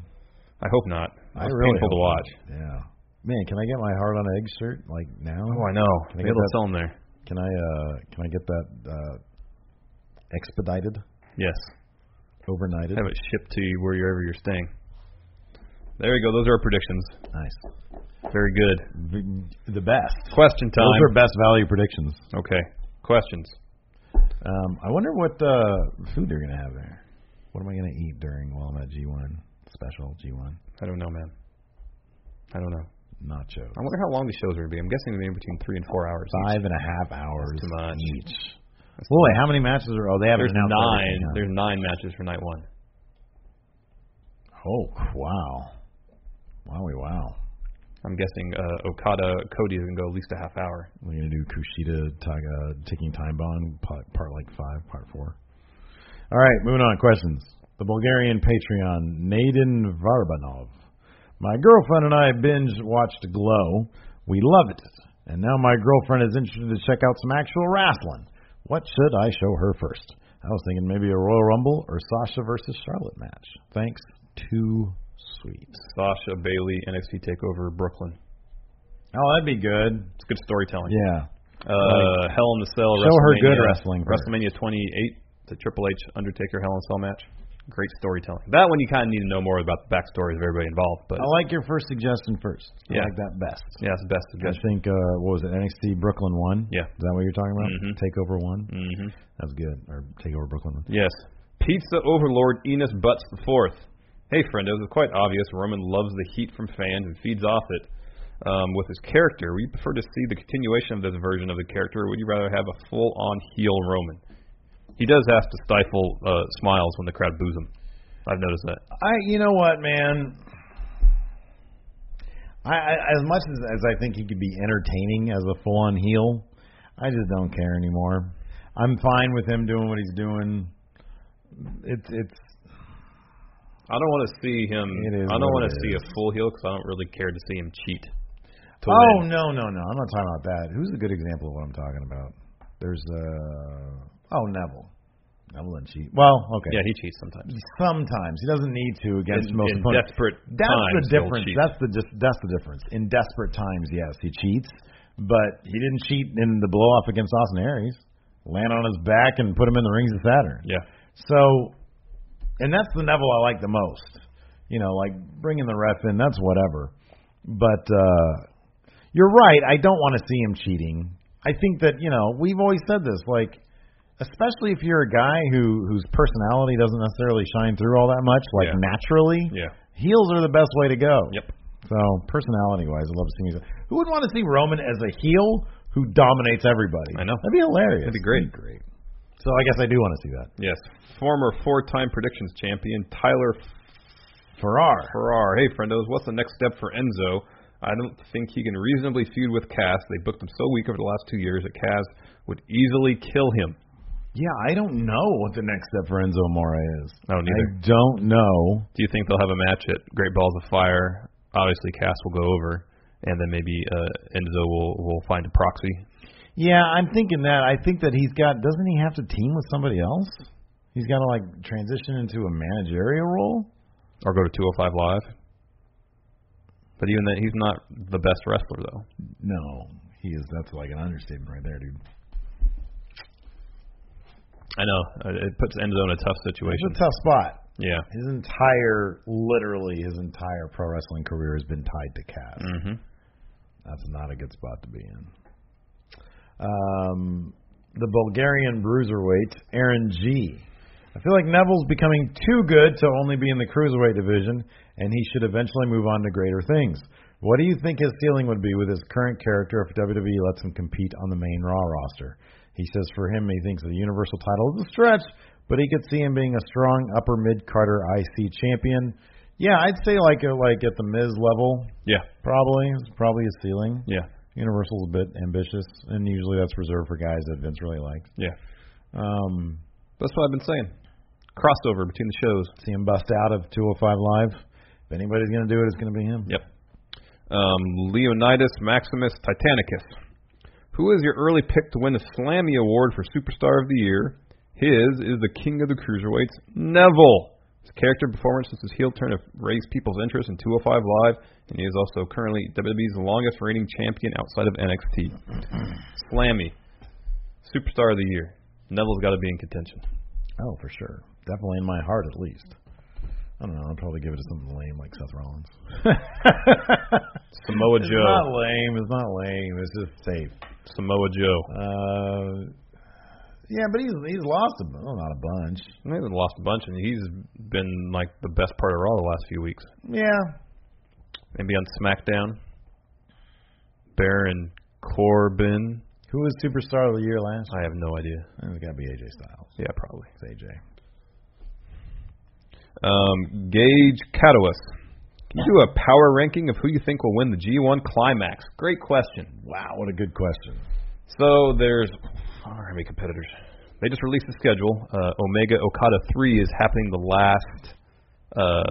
I hope not.
I
That's
really
painful to
hope
watch.
not. Yeah. Man, can I get my heart on eggs shirt like now?
Oh, I know.
Can I
Maybe
get
they'll
that?
sell him there.
Can I? Uh, can I get that uh, expedited,
Yes.
overnighted?
Have it shipped to you wherever you're staying. There you go. Those are our predictions.
Nice.
Very good.
The, the best.
Question time.
Those are best value predictions.
okay. Questions.
Um, I wonder what uh, food they're going to have there. What am I going to eat during while I'm at G1 special G1
I don't know, man. I don't know.
nachos?
I wonder how long the shows are going to be. I'm guessing they're between three and four hours. each.
Five and a half hours
too much.
each. Well, wait, how many matches are? Oh, they haven't
There's
announced
nine.
everything, huh?
There's nine matches for night one.
Oh, wow. Wowie, wow.
I'm guessing uh, Okada Cody is going to go at least a half hour.
We're going to do Kushida Taga Ticking Time Bomb, part, part like five, part four. All right, moving on. Questions. The Bulgarian Patreon, Naden Varbanov. My girlfriend and I binge watched Glow. We love it. And now my girlfriend is interested to check out some actual wrestling. What should I show her first? I was thinking maybe a Royal Rumble or Sasha versus Charlotte match. Thanks. Too sweet.
Sasha Bailey NXT Takeover Brooklyn.
Oh, that'd be good.
It's good storytelling.
Yeah.
Uh, Hell in the Cell.
Show her
WrestleMania-
good wrestling first.
WrestleMania 28, the Triple H Undertaker Hell in a Cell match. Great storytelling. That one you kind of need to know more about the backstories of everybody involved. But
I like your first suggestion first. I
Yeah.
like that best.
yeah, it's the best
I think
suggestion.
uh what was it, NXT Brooklyn one?
Yeah.
Is that what you're talking about?
Mhm.
Takeover one?
Mm-hmm.
That's good. Or Takeover Brooklyn one.
Yes. Pizza Overlord Enos Butts the Fourth. Hey, friendos, it's quite obvious Roman loves the heat from fans and feeds off it um, with his character. Would you prefer to see the continuation of this version of the character, or would you rather have a full-on heel Roman? He does have to stifle uh, smiles when the crowd boos him. I've noticed that.
I you know what, man? I, I as much as, as I think he could be entertaining as a full on heel, I just don't care anymore. I'm fine with him doing what he's doing. It's it's
I don't want to see him.
It is
I don't
what
want to
it
see
is.
a full heel because I don't really care to see him cheat. To
oh
win.
no no no! I'm not talking about that. Who's a good example of what I'm talking about? There's uh oh Neville. I wouldn't cheat. Well, okay.
Yeah, he cheats sometimes.
Sometimes he doesn't need to against
In-
most
in
opponents.
desperate
that's
times,
the
he'll
difference.
cheat.
That's the dis- that's the difference. In desperate times, yes, he cheats, but he didn't cheat in the blow off against Austin Aries. Land on his back and put him in the rings of Saturn.
Yeah.
So, and that's the Neville I like the most. You know, like bringing the ref in, that's whatever. But uh you're right. I don't want to see him cheating. I think that you know we've always said this, like especially if you're a guy who whose personality doesn't necessarily shine through all that much, like
Yeah.
naturally.
Yeah.
Heels are the best way to go.
Yep.
So personality wise, I love to see him. Who would want to see Roman as a heel who dominates everybody?
I know.
That'd be hilarious.
That'd be great.
great. So I guess I do want to see that.
Yes. Former four-time predictions champion Tyler
Farrar.
Ferrar. Hey, friendos, what's the next step for Enzo? I don't think he can reasonably feud with Cass. They booked him so weak over the last two years that Cass would easily kill him.
Yeah, I don't know what the next step for Enzo Mora is.
No, Oh, neither.
I don't know.
Do you think they'll have a match at Great Balls of Fire? Obviously, Cass will go over, and then maybe uh, Enzo will will find a proxy.
Yeah, I'm thinking that. I think that he's got. Doesn't he have to team with somebody else? He's got to like transition into a managerial role.
or go to 205 Live. But even that, he's not the best wrestler though.
No, he is. That's like an understatement right there, dude.
I know uh, it puts Enzo in a tough situation.
It's a tough spot.
Yeah.
His entire, literally, his entire pro wrestling career has been tied to Cass.
Mhm.
That's not a good spot to be in. Um, the Bulgarian bruiserweight Aaron G. I feel like Neville's becoming too good to only be in the cruiserweight division, and he should eventually move on to greater things. What do you think his ceiling would be with his current character if WWE lets him compete on the main Raw roster? He says for him, he thinks the Universal title is a stretch, but he could see him being a strong upper mid Carter IC champion. Yeah, I'd say like a, like at the Miz level,
Yeah.
probably is probably his ceiling.
Yeah.
Universal's a bit ambitious, and usually that's reserved for guys that Vince really likes.
Yeah.
Um,
That's what I've been saying. Crossover between the shows.
see him bust out of 205 Live. If anybody's going to do it, it's going to be him.
Yep. Um, Leonidas Maximus Titanicus. Who is your early pick to win the Slammy Award for Superstar of the Year? His is the King of the Cruiserweights, Neville. His character performance since his heel turn have raised people's interest in 205 Live, and he is also currently WWE's longest reigning champion outside of NXT. Slammy, Superstar of the Year. Neville's got to be in contention.
Oh, for sure. Definitely in my heart, at least. I don't know. I'd probably give it to something lame like Seth Rollins.
[LAUGHS] Samoa
It's
Joe.
not lame. It's not lame. It's just safe.
Samoa Joe.
Uh, yeah, but he's he's lost a well, not a bunch.
He's lost a bunch, and he's been like the best part of Raw the last few weeks.
Yeah,
Maybe on SmackDown. Baron Corbin.
who was superstar of the year last?
I have no idea.
year? It's got to be AJ Styles.
Yeah, probably.
It's AJ.
Um, Gage Catawas. Can you do a power ranking of who you think will win the G1 Climax? Great question.
Wow, what a good question.
So there's oh, how many competitors? They just released the schedule. Uh, Omega Okada 3 is happening the last uh, uh,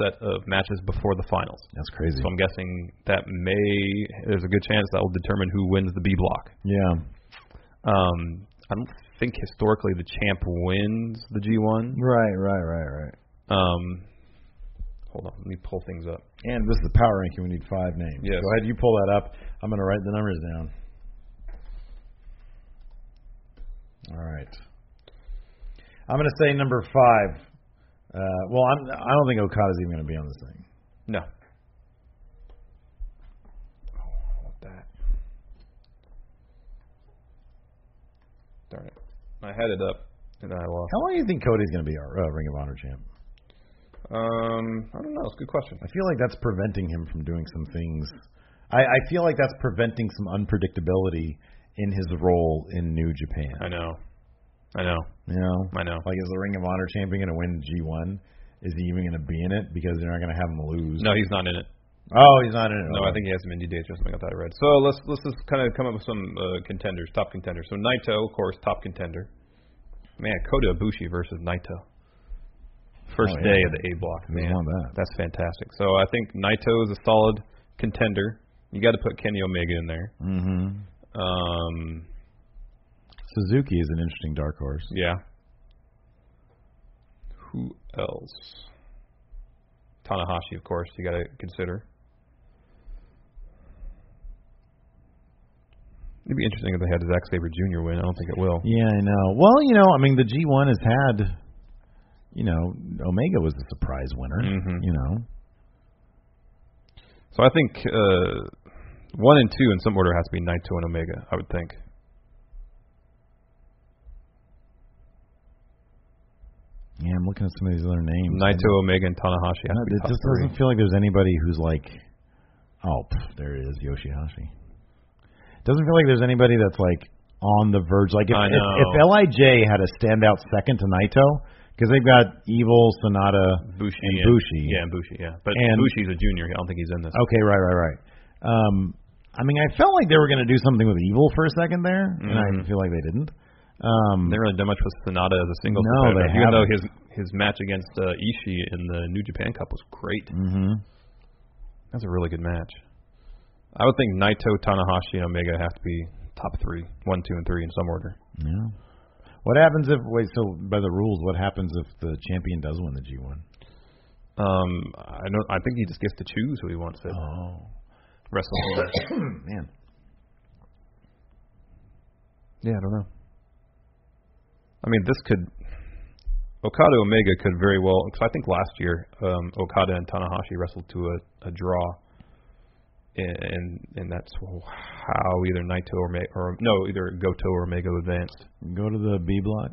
set of matches before the finals.
That's crazy.
So I'm guessing that may there's a good chance that will determine who wins the B block.
Yeah,
Um, I don't think historically the champ wins the G1.
right, right, right, right.
Um, hold on, let me pull things up.
And this is the power ranking. We need five names.
Yes.
Go ahead, you pull that up. I'm going to write the numbers down. All right. I'm going to say number five. Uh, well, I'm, I don't think Okada's even going to be on this thing.
No. Oh, I want that. Darn it! I had it up and I lost.
How long do you think Cody's going to be our uh, Ring of Honor champ?
Um, I don't know. It's a good question.
I feel like that's preventing him from doing some things. I, I feel like that's preventing some unpredictability in his role in New
I
Japan.
know. I know.
You know,
I know.
like is the Ring of Honor champion going to win G1? Is he even going to be in it? Because they're not going to have him lose.
No, he's not in it.
Oh, he's not in it.
No, I think he has some indie dates or something like that I read. So let's let's just kind of come up with some uh, contenders, top contenders. So Naito, of course, top contender. Man, Kota Ibushi versus Naito. First
Oh, yeah.
day of the A block.
Who
Man,
won that?
that's fantastic. So I think Naito is a solid contender. You got to put Kenny Omega in there.
hmm
Um,
Suzuki is an interesting dark horse.
yeah. Who else? Tanahashi, of course. You got to consider. It'd be interesting if they had Zack Saber Jr. win. I don't think it will.
Yeah, I know. Well, you know, I mean, the G1 has had, you know, Omega was the surprise winner.
Mhm.
You know,
So I think uh, one and two in some order has to be Naito and Omega. I would think.
yeah, I'm looking at some of these other names.
Naito, Omega, and Tanahashi. Have
No,
to be
it
top
just
three.
doesn't feel like there's anybody who's like, oh, pff, there it is Yoshihashi. Doesn't feel like there's anybody that's like on the verge. Like if
I
if,
know.
if Lij had a standout second to Naito, because they've got Evil, Sonata,
Bushi
and Bushi.
Yeah, and Bushi. Yeah, but
And-
Bushi's a junior. I don't think he's in this.
Okay, right, right, right. Um, I mean, I felt like they were going to do something with Evil for a second there, and I
Mhm.
feel like they didn't. Um,
They haven't really done much with Sonata as a singles
No,
competitor,
they
even though his his match against uh, Ishii in the New Japan Cup was great.
hmm
Mm. That's a really good match. I would think Naito, Tanahashi, and Omega have to be top three, one, two, and three in some order.
Yeah. What happens if wait? So by the rules, what happens if the champion does win the G1?
Um, I don't. I think he just gets to choose who he wants to
Oh.
wrestle.
[CLEARS THROAT]
[LAUGHS]
Man.
yeah, I don't know. I mean, this could Okada Omega could very well because I think last year um, Okada and Tanahashi wrestled to a, a draw, and and, and that's how either Naito or, Ma- or no either Goto or Omega advanced,
Go to the B block.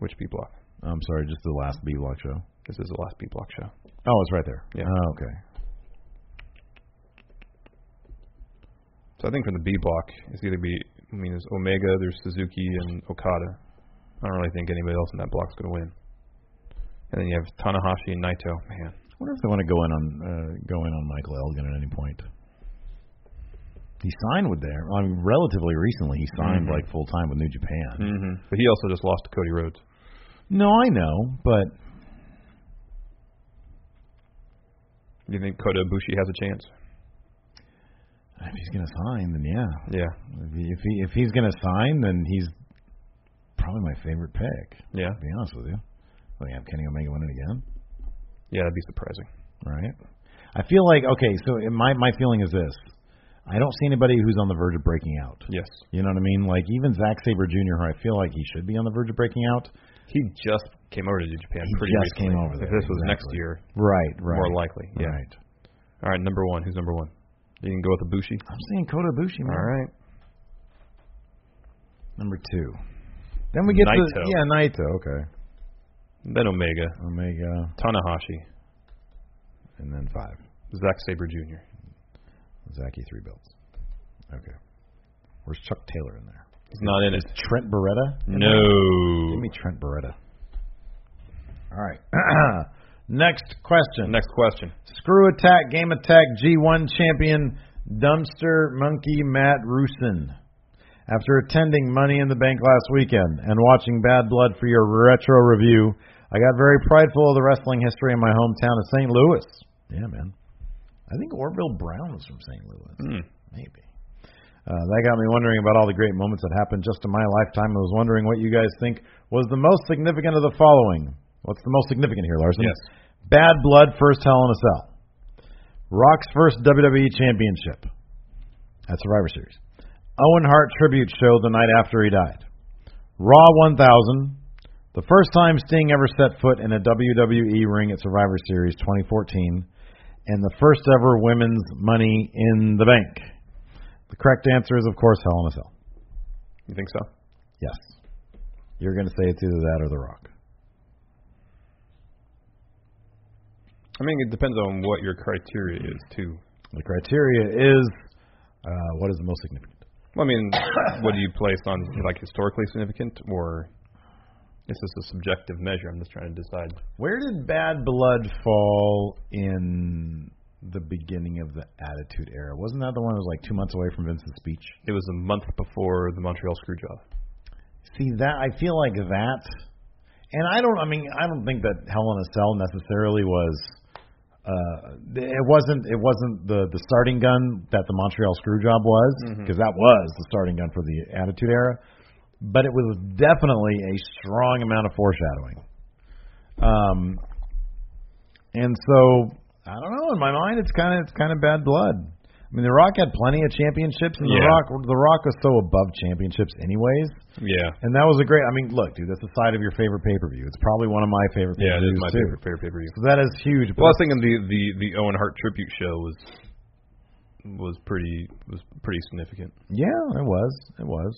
which B block.
I'm sorry, just the last B block show.
This is the last B block show.
Oh, it's right there.
Yeah.
Oh, okay.
So I think from the B block, it's either be I mean there's Omega, there's Suzuki and Okada. I don't really think anybody else in that block's gonna win. And then you have Tanahashi and Naito. Man,
I wonder if they want to go in on uh, go in on Michael Elgin at any point. He signed with there. I mean, relatively recently, he signed
Mhm.
like full time with New Japan.
mm-hmm. but he also just lost to Cody Rhodes.
No, I know, but
Do you think Kota Ibushi has a chance?
if he's gonna sign, then yeah.
Yeah,
If he if, he, if he's gonna sign, then he's probably my favorite pick.
yeah,
To be honest with you, like have Kenny Omega win it again.
yeah. That'd be surprising.
right? I feel like okay, so in my my feeling is this: I don't see anybody who's on the verge of breaking out.
Yes,
You know what I mean? Like even Zack Saber Jr., who I feel like he should be on the verge of breaking out.
he just came over to New Japan.
He
pretty
just
recently.
came over
If
there,
this was next
exactly.
year,
Right, right,
more likely. Yeah.
right.
All right, number one. Who's number one? You can go with Ibushi.
I'm saying Kota Ibushi, man.
All right.
number two. Then we get to
Naito.
yeah Naito, okay,
Then Omega,
Omega,
Tanahashi,
and then five
Zack Saber Jr.
Zaki three belts. Okay, where's Chuck Taylor in there?
He's not in it.
Trent Beretta?
No.
Give me Trent Beretta. All right. [CLEARS THROAT] Next question.
Next question.
Screw Attack, Game Attack, G1 champion, Dumpster Monkey Matt Rusin. After attending Money in the Bank last weekend and watching Bad Blood for your retro review, I got very prideful of the wrestling history in my hometown of St. Louis. Yeah, man. I think Orville Brown was from St. Louis. Maybe. Uh, that got me wondering about all the great moments that happened just in my lifetime and was wondering what you guys think was the most significant of the following. What's the most significant here, Larson?
Yes.
Bad Blood first Hell in a Cell. Rock's first WWE championship at Survivor Series. Owen Hart tribute show the night after he died. Raw 1000, the first time Sting ever set foot in a WWE ring at Survivor Series 2014, and the first ever women's Money in the Bank. The correct answer is, of course, Hell in a Cell.
You think so?
Yes. You're going to say it's either that or The Rock.
I mean, it depends on what your criteria is too.
The criteria is uh, what is the most significant?
Well, I
[COUGHS]
mean, what do you place on like historically significant, or it's just a subjective measure? I'm just trying to decide.
Where did Bad Blood fall in the beginning of the Attitude Era? Wasn't that the one that was like two months away from Vince's speech?
It was a month before the Montreal Screwjob.
See that I feel like that, and I don't. I mean, I don't think that Hell in a Cell necessarily was. Uh, it wasn't. It wasn't the the starting gun that the Montreal Screwjob was, because that was the starting gun for the Attitude Era. But it was definitely a strong amount of foreshadowing. Um, and so I don't know. In my mind, it's kind of it's kind of bad blood. I mean, The Rock had plenty of championships, and The
Yeah.
Rock The Rock was so above championships, anyways.
Yeah.
And that was a great. I mean, look, dude, that's the side of your favorite pay per view. It's probably one of my favorite.
Yeah, it is
pay-per-views,
my
too.
favorite favorite pay per view.
So that is huge.
Well, I
But
was thinking the the the Owen Hart tribute show was was pretty was pretty significant.
yeah, it was. It was.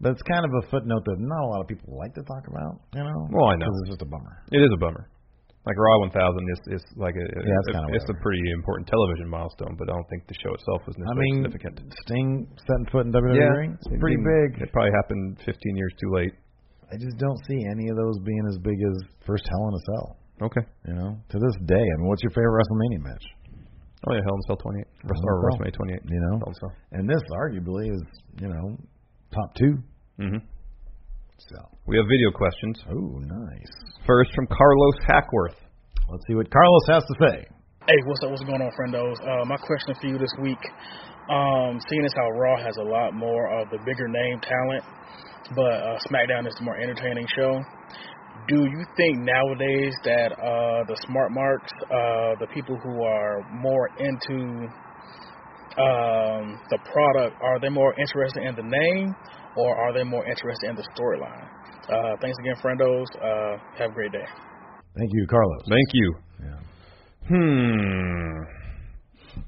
But it's kind of a footnote that not a lot of people like to talk about. You know.
Well, I know.
'Cause it's just a bummer.
It is a bummer. Like Raw 1000 is is like a
that's
it's,
kinda
it's a pretty important television milestone, but I don't think the show itself was
I
necessarily
mean,
significant.
Sting setting foot in WWE ring. It's
it
pretty big.
didn't- It probably happened 15 years too late.
I just don't see any of those being as big as first Hell in a Cell.
Okay.
You know, to this day. I mean, what's your favorite WrestleMania match?
Oh yeah, Hell in Cell 28.
Hell in
Or
Cell.
WrestleMania 28.
You know,
Hell in Cell.
and this arguably is you know top two.
Mhm.
So,
We have video questions.
oh, nice.
First from Carlos Hackworth.
Let's see what Carlos has to say.
Hey, what's up? What's going on, friendos? Uh, my question for you this week, um, seeing as how Raw has a lot more of the bigger name talent, but uh, SmackDown is the more entertaining show. Do you think nowadays that uh, the smart marks, uh, the people who are more into um, the product, are they more interested in the name, or are they more interested in the storyline? Uh, thanks again, friendos. Uh, have a great day.
Thank you, Carlos.
Thank you.
Yeah.
Hmm.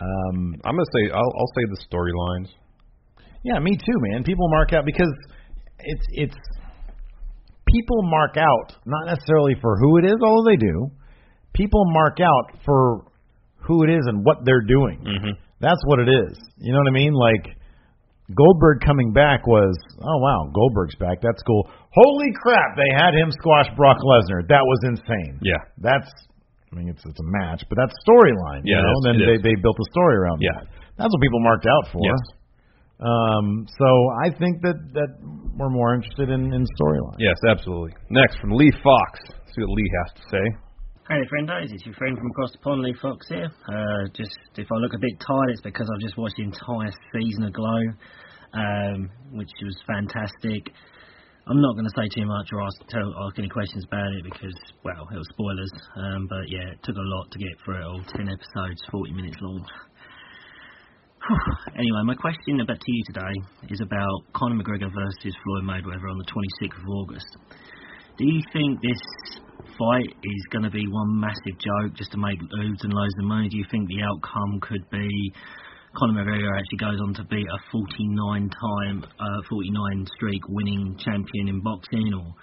Um,
I'm gonna say I'll, I'll say the storylines.
yeah, me too, man. People mark out because it's it's people mark out not necessarily for who it is, although they do. People mark out for who it is and what they're doing.
Mm-hmm.
That's what it is. You know what I mean? Like Goldberg coming back was, oh wow, Goldberg's back. That's cool. Holy crap, they had him squash Brock Lesnar. That was insane.
Yeah.
That's I mean it's it's a match, but that's storyline. you
Yeah,
know,
that's-
then
it
they
is.
they built a story around
Yeah.
that. That's what people marked out for.
Yes.
Um so I think that that we're more interested in in storyline.
Yes, absolutely. Next from Lee Fox. Let's see what Lee has to say.
Hey, friendos, it's your friend from across the pond, Lee Fox here. Uh, just if I look a bit tired, it's because I've just watched the entire season of Glow, um, which was fantastic. I'm not going to say too much or ask, tell, ask any questions about it because, well, it was spoilers. Um, but yeah, it took a lot to get through it all. 10 episodes, 40 minutes long. [SIGHS] anyway, my question about to you today is about Conor McGregor versus Floyd Mayweather on the 26th of August. Do you think this fight is going to be one massive joke just to make loads and loads of money? Do you think the outcome could be Conor McGregor actually goes on to be a 49 time, uh, 49 streak winning champion in boxing, or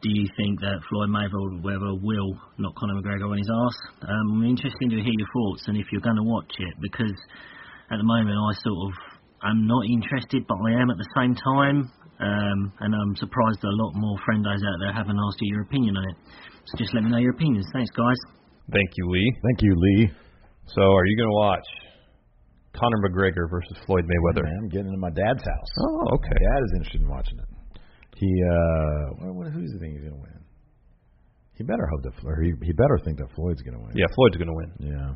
do you think that Floyd Mayweather will knock Conor McGregor on his ass? Um, I'm interested to hear your thoughts and if you're going to watch it because at the moment I sort of I'm not interested, but I am at the same time. Um, and I'm surprised that a lot more friendos out there haven't asked you your opinion on it. So just let me know your opinions. Thanks, guys.
Thank you, Lee.
Thank you, Lee.
So, are you gonna watch Conor McGregor versus Floyd Mayweather?
Man, I'm getting into my dad's house.
Oh, okay.
My dad is interested in watching it. He uh what, what who's the thing he's gonna win? He better hope that Floyd he, he better think that Floyd's gonna win.
Yeah, Floyd's gonna win.
Yeah.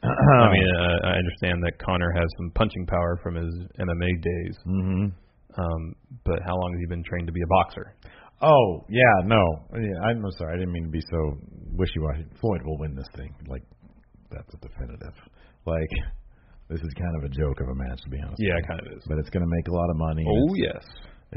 [CLEARS THROAT]
I mean, uh, I understand that Connor has some punching power from his MMA days,
hmm
um, but how long has he been trained to be a boxer?
Oh yeah, no. Yeah, I'm sorry. I didn't mean to be so wishy-washy. Floyd will win this thing. Like that's a definitive. Like [LAUGHS] this is kind of a joke of a match, to be honest.
Yeah, it kind of is.
But it's gonna make a lot of money.
Oh yes,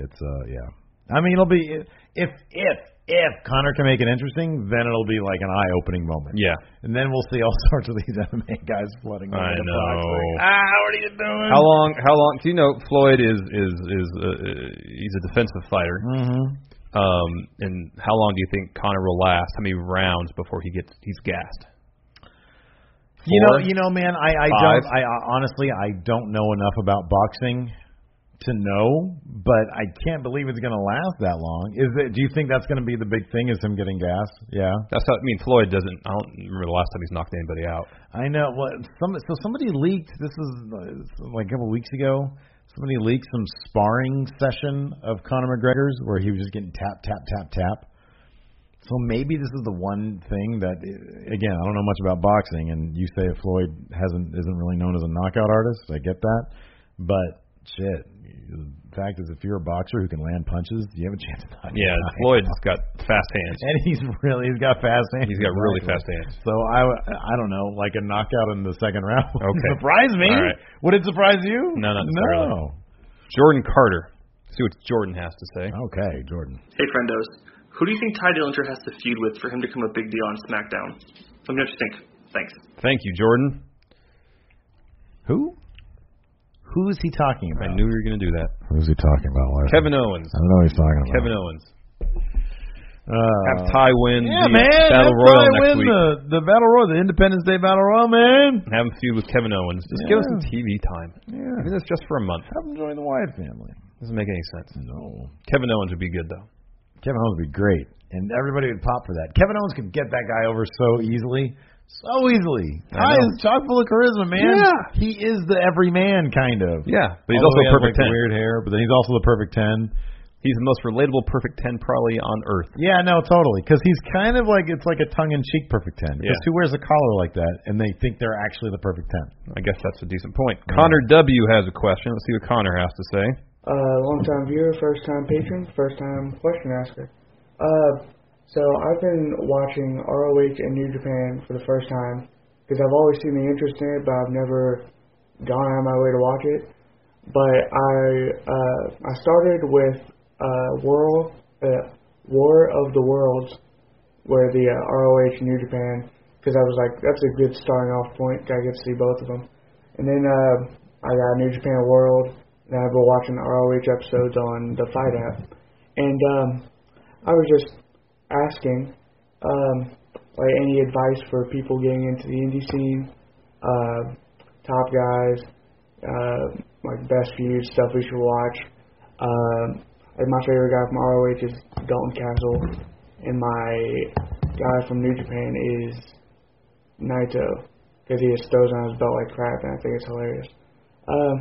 It's uh yeah. I mean it'll be if if if Connor can make it interesting, then it'll be like an eye opening moment.
yeah.
And then we'll see all [LAUGHS] sorts of these MMA guys flooding over
I
the
know.
box. Like, ah, what are you doing?
How long? How long? Do you know Floyd is is is uh, uh, he's a defensive fighter?
mm-hmm.
Um, and how long do you think Connor will last? How many rounds before he gets he's gassed?
You know,
Four?
you know, man. I, I
Five?
don't. I I- honestly, I don't know enough about boxing to know, but I can't believe it's going to last that long. Is it? Do you think that's going to be the big thing? Is him getting gas? Yeah.
That's how. I mean, Floyd doesn't. I don't remember the last time he's knocked anybody out.
I know. Well, some so somebody leaked. This was uh, like a couple weeks ago. Somebody leaked some sparring session of Conor McGregor's where he was just getting tap, tap, tap, tap. So maybe this is the one thing that, again, I don't know much about boxing, and you say Floyd hasn't isn't really known as a knockout artist. I get that, but shit. The fact is, if you're a boxer who can land punches, you have a chance of knocking him
Yeah,
out.
Uh, Floyd's got fast hands.
[LAUGHS] And he's really, he's got fast hands.
He's got really
Exactly.
fast hands.
So I, I don't know, like a knockout in the second round. [LAUGHS] would
Okay.
surprise me.
All right.
Would it surprise you?
No, not necessarily.
no.
Jordan Carter. Let's see what Jordan has to say.
Okay, Jordan.
Hey, friendos. Who do you think Ty Dillinger has to feud with for him to become a big deal on SmackDown? Let me know what you think. Thanks.
Thank you, Jordan.
Who? Who's he talking
I
about?
knew you were going to do that.
Who's he talking about? Larson?
Kevin Owens.
I don't know what he's talking about.
Kevin Owens.
Uh,
Have Ty win
yeah,
the
man. have
Battle Royal
Ty
next
win
week.
The, the Battle Royal, the Independence Day Battle Royal, man.
Have him feud with Kevin Owens. Just give us some TV time.
Yeah.
Even if it's just for a month.
Have him join the Wyatt family.
Doesn't make any sense.
No.
Kevin Owens would be good though.
Kevin Owens would be great, and everybody would pop for that. Kevin Owens could get that guy over so easily. So easily. Ty is
know.
chock full of charisma, man.
Yeah.
He is the everyman, kind of.
Yeah, but he's
Although he
also a
has,
perfect
like,
10.
Weird hair, but then he's also the perfect 10.
He's the most relatable perfect 10 probably on earth.
Yeah, no, totally. Because he's kind of like it's like a tongue in cheek perfect ten. Because
Yeah.
who wears a collar like that and they think they're actually the perfect ten?
I guess that's a decent point. Connor W has a question. Let's see what Connor has to say.
Uh, long-time viewer, first-time patron, first-time question asker. Uh, so I've been watching ROH and New Japan for the first time because I've always seen the interest in it, but I've never gone out of my way to watch it. But I uh, I started with uh, World uh, War of the Worlds, where the uh, ROH and New Japan, because I was like, that's a good starting off point. I get to see both of them. And then uh, I got New Japan World, and I've been watching ROH episodes on the Fight app. And um, I was just asking, um, like, any advice for people getting into the indie scene, uh, top guys, uh, like, best views, stuff we should watch. Um, like, my favorite guy from ROH is Dalton Castle, and my guy from New Japan is Naito because he just throws on his belt like crap, and I think it's hilarious. Um,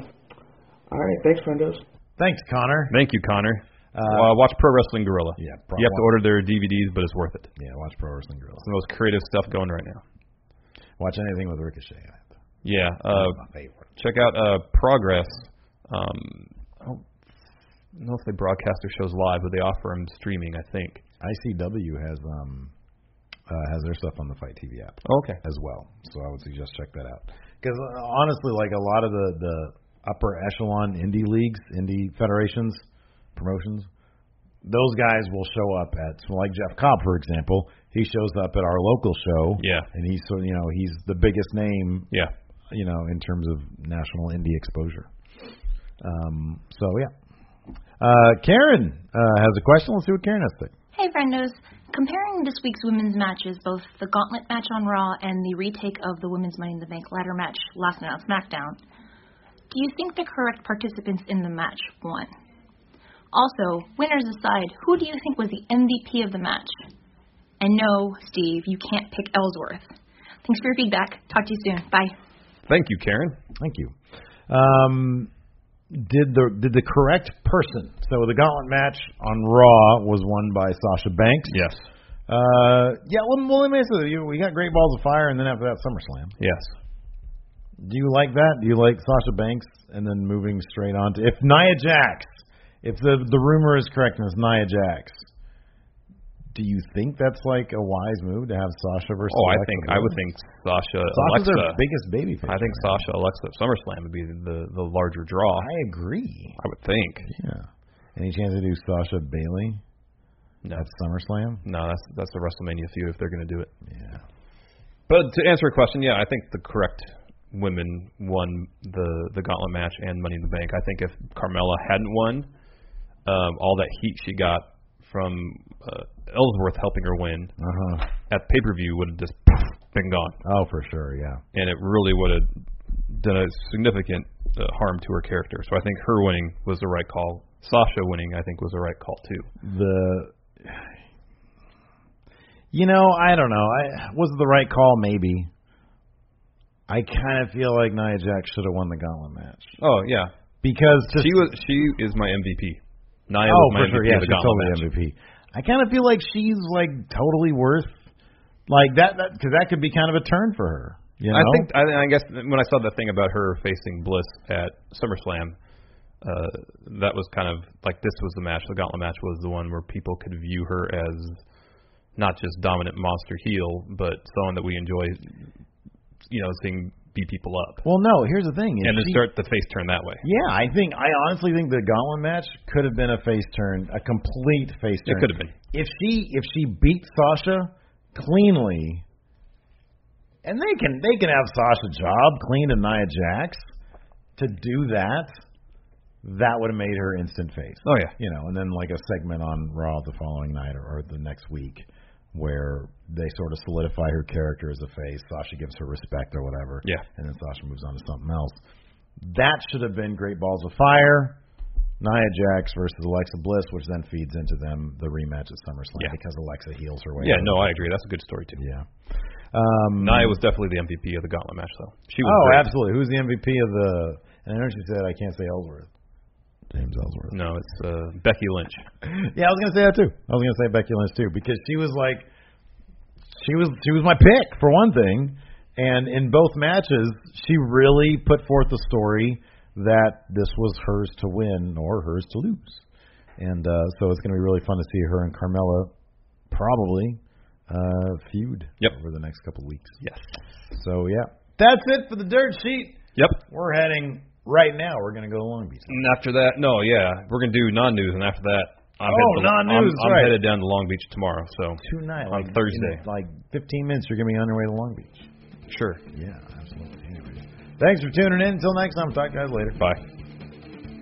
all right, thanks, friendos.
Thanks, Connor.
Thank you, Connor.
Uh,
Uh, watch Pro Wrestling Gorilla.
Yeah, pro-
you have to order their DVDs, but it's worth it. It's
yeah, watch Pro Wrestling Girls.
the most creative stuff going right now.
Watch anything with Ricochet. in it.
Yeah. Uh,
my favorite.
check out uh, Progress. Um, I don't know if they broadcast their shows live, but they offer them streaming, I think.
ICW has um uh, has their stuff on the Fight TV app
okay.
as well, so I would suggest check that out. Because uh, honestly, like a lot of the the upper echelon indie leagues, indie federations, promotions, those guys will show up at so like Jeff Cobb, for example. He shows up at our local show,
Yeah.
and he's so you know he's the biggest name,
Yeah.
you know, in terms of national indie exposure. Um, so yeah. Uh, Karen uh, has a question. Let's see what Karen has to say.
Hey, friendos. Comparing this week's women's matches, both the gauntlet match on Raw and the retake of the women's Money in the Bank ladder match last night on SmackDown, do you think the correct participants in the match won? Also, winners aside, who do you think was the MVP of the match? And no, Steve, you can't pick Ellsworth. Thanks for your feedback. Talk to you soon. Bye.
Thank you, Karen.
Thank you. Um, did the did the correct person? So the gauntlet match on Raw was won by Sasha Banks.
Yes.
Uh, yeah. Well, well, let me ask you. We got Great Balls of Fire, and then after that, SummerSlam.
Yes.
Do you like that? Do you like Sasha Banks, and then moving straight on to if Nia Jax, if the the rumor is correct, and it's Nia Jax. Do you think that's like a wise move to have Sasha versus?
Oh, I
Alexa
think I
Bliss?
would think Sasha
Sasha's
Alexa.
their biggest baby
I think Sasha Alexa at SummerSlam would be the the larger draw.
I agree.
I would think.
Yeah. Any chance they do Sasha Bailey
No,
at SummerSlam?
no, that's that's the WrestleMania feud if they're going to do it.
Yeah.
But to answer a question, yeah, I think the correct women won the the gauntlet match and Money in the Bank. I think if Carmella hadn't won, um, all that heat she got from uh, Ellsworth helping her win
Uh huh.
at pay per view would have just been gone,
Oh, for sure. Yeah.
and it really would have done a significant uh, harm to her character. So I think her winning was the right call. Sasha winning, I think, was the right call too.
The. You know, I don't know. I was it the right call? Maybe. I kind of feel like Nia Jax should have won the gauntlet match
Oh yeah,
because to
she was. She is my MVP. Nia
oh
was my
for
MVP
sure yeah
of the
she's
gauntlet
totally
match.
MVP. I kind of feel like she's like totally worth like that because that, 'cause that could be kind of a turn for her. You know?
I think I, I guess when I saw that thing about her facing Bliss at SummerSlam, uh, that was kind of like this was the match. The gauntlet match was the one where people could view her as not just dominant monster heel, but someone that we enjoy, you know, seeing beat people up.
Well, no. Here's the thing. is
and then
she-
start the face turn that way.
Yeah, I think I honestly think the Gauntlet match could have been a face turn, a complete face turn.
could have been.
If she if she beat Sasha cleanly, and they can they can have Sasha job clean to Nia Jax to do that, that would have made her instant face.
Oh, yeah.
you know, and then like a segment on Raw the following night or, or the next week where they sort of solidify her character as a face. Sasha gives her respect or whatever.
Yeah.
and then Sasha moves on to something else. That should have been Great Balls of Fire, Nia Jax versus Alexa Bliss, which then feeds into them the rematch at SummerSlam
Yeah.
because Alexa heals her way.
Yeah,
out.
no, I agree. That's a good story too.
Yeah. Um,
Nia was definitely the MVP of the gauntlet match, though. She was
Oh,
great.
absolutely. Who's the MVP of the? And I know she said I can't say Ellsworth. James Ellsworth.
No, it's uh, Becky Lynch.
[LAUGHS] Yeah, I was gonna say that too. I was gonna say Becky Lynch too because she was like, she was she was my pick for one thing, and in both matches she really put forth the story that this was hers to win or hers to lose, and uh, so it's gonna be really fun to see her and Carmella probably uh, feud
Yep.
over the next couple of weeks.
Yes.
So yeah, that's it for the dirt sheet.
Yep.
We're heading right now. We're gonna go to Long Beach.
And after that, no, yeah, we're gonna do non-news, and after that, I'm
Oh,
headed to-
non-news,
I'm, I'm
right.
headed down to Long Beach tomorrow, so
Tonight,
On
like in,
Thursday.
like 15 minutes, you're gonna be on your way to Long Beach.
sure.
Yeah, absolutely. Anyways, thanks for tuning in. Until next time, talk to you guys later.
Bye.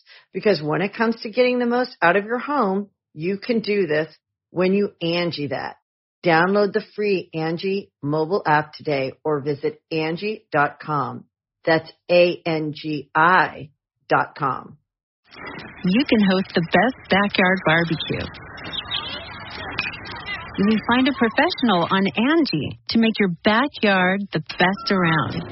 Because when it comes to getting the most out of your home, you can do this when you Angie that. Download the free Angie mobile app today or visit Angie.com. That's A-N-G-I dot com.
you can host the best backyard barbecue. When you find a professional on Angie to make your backyard the best around.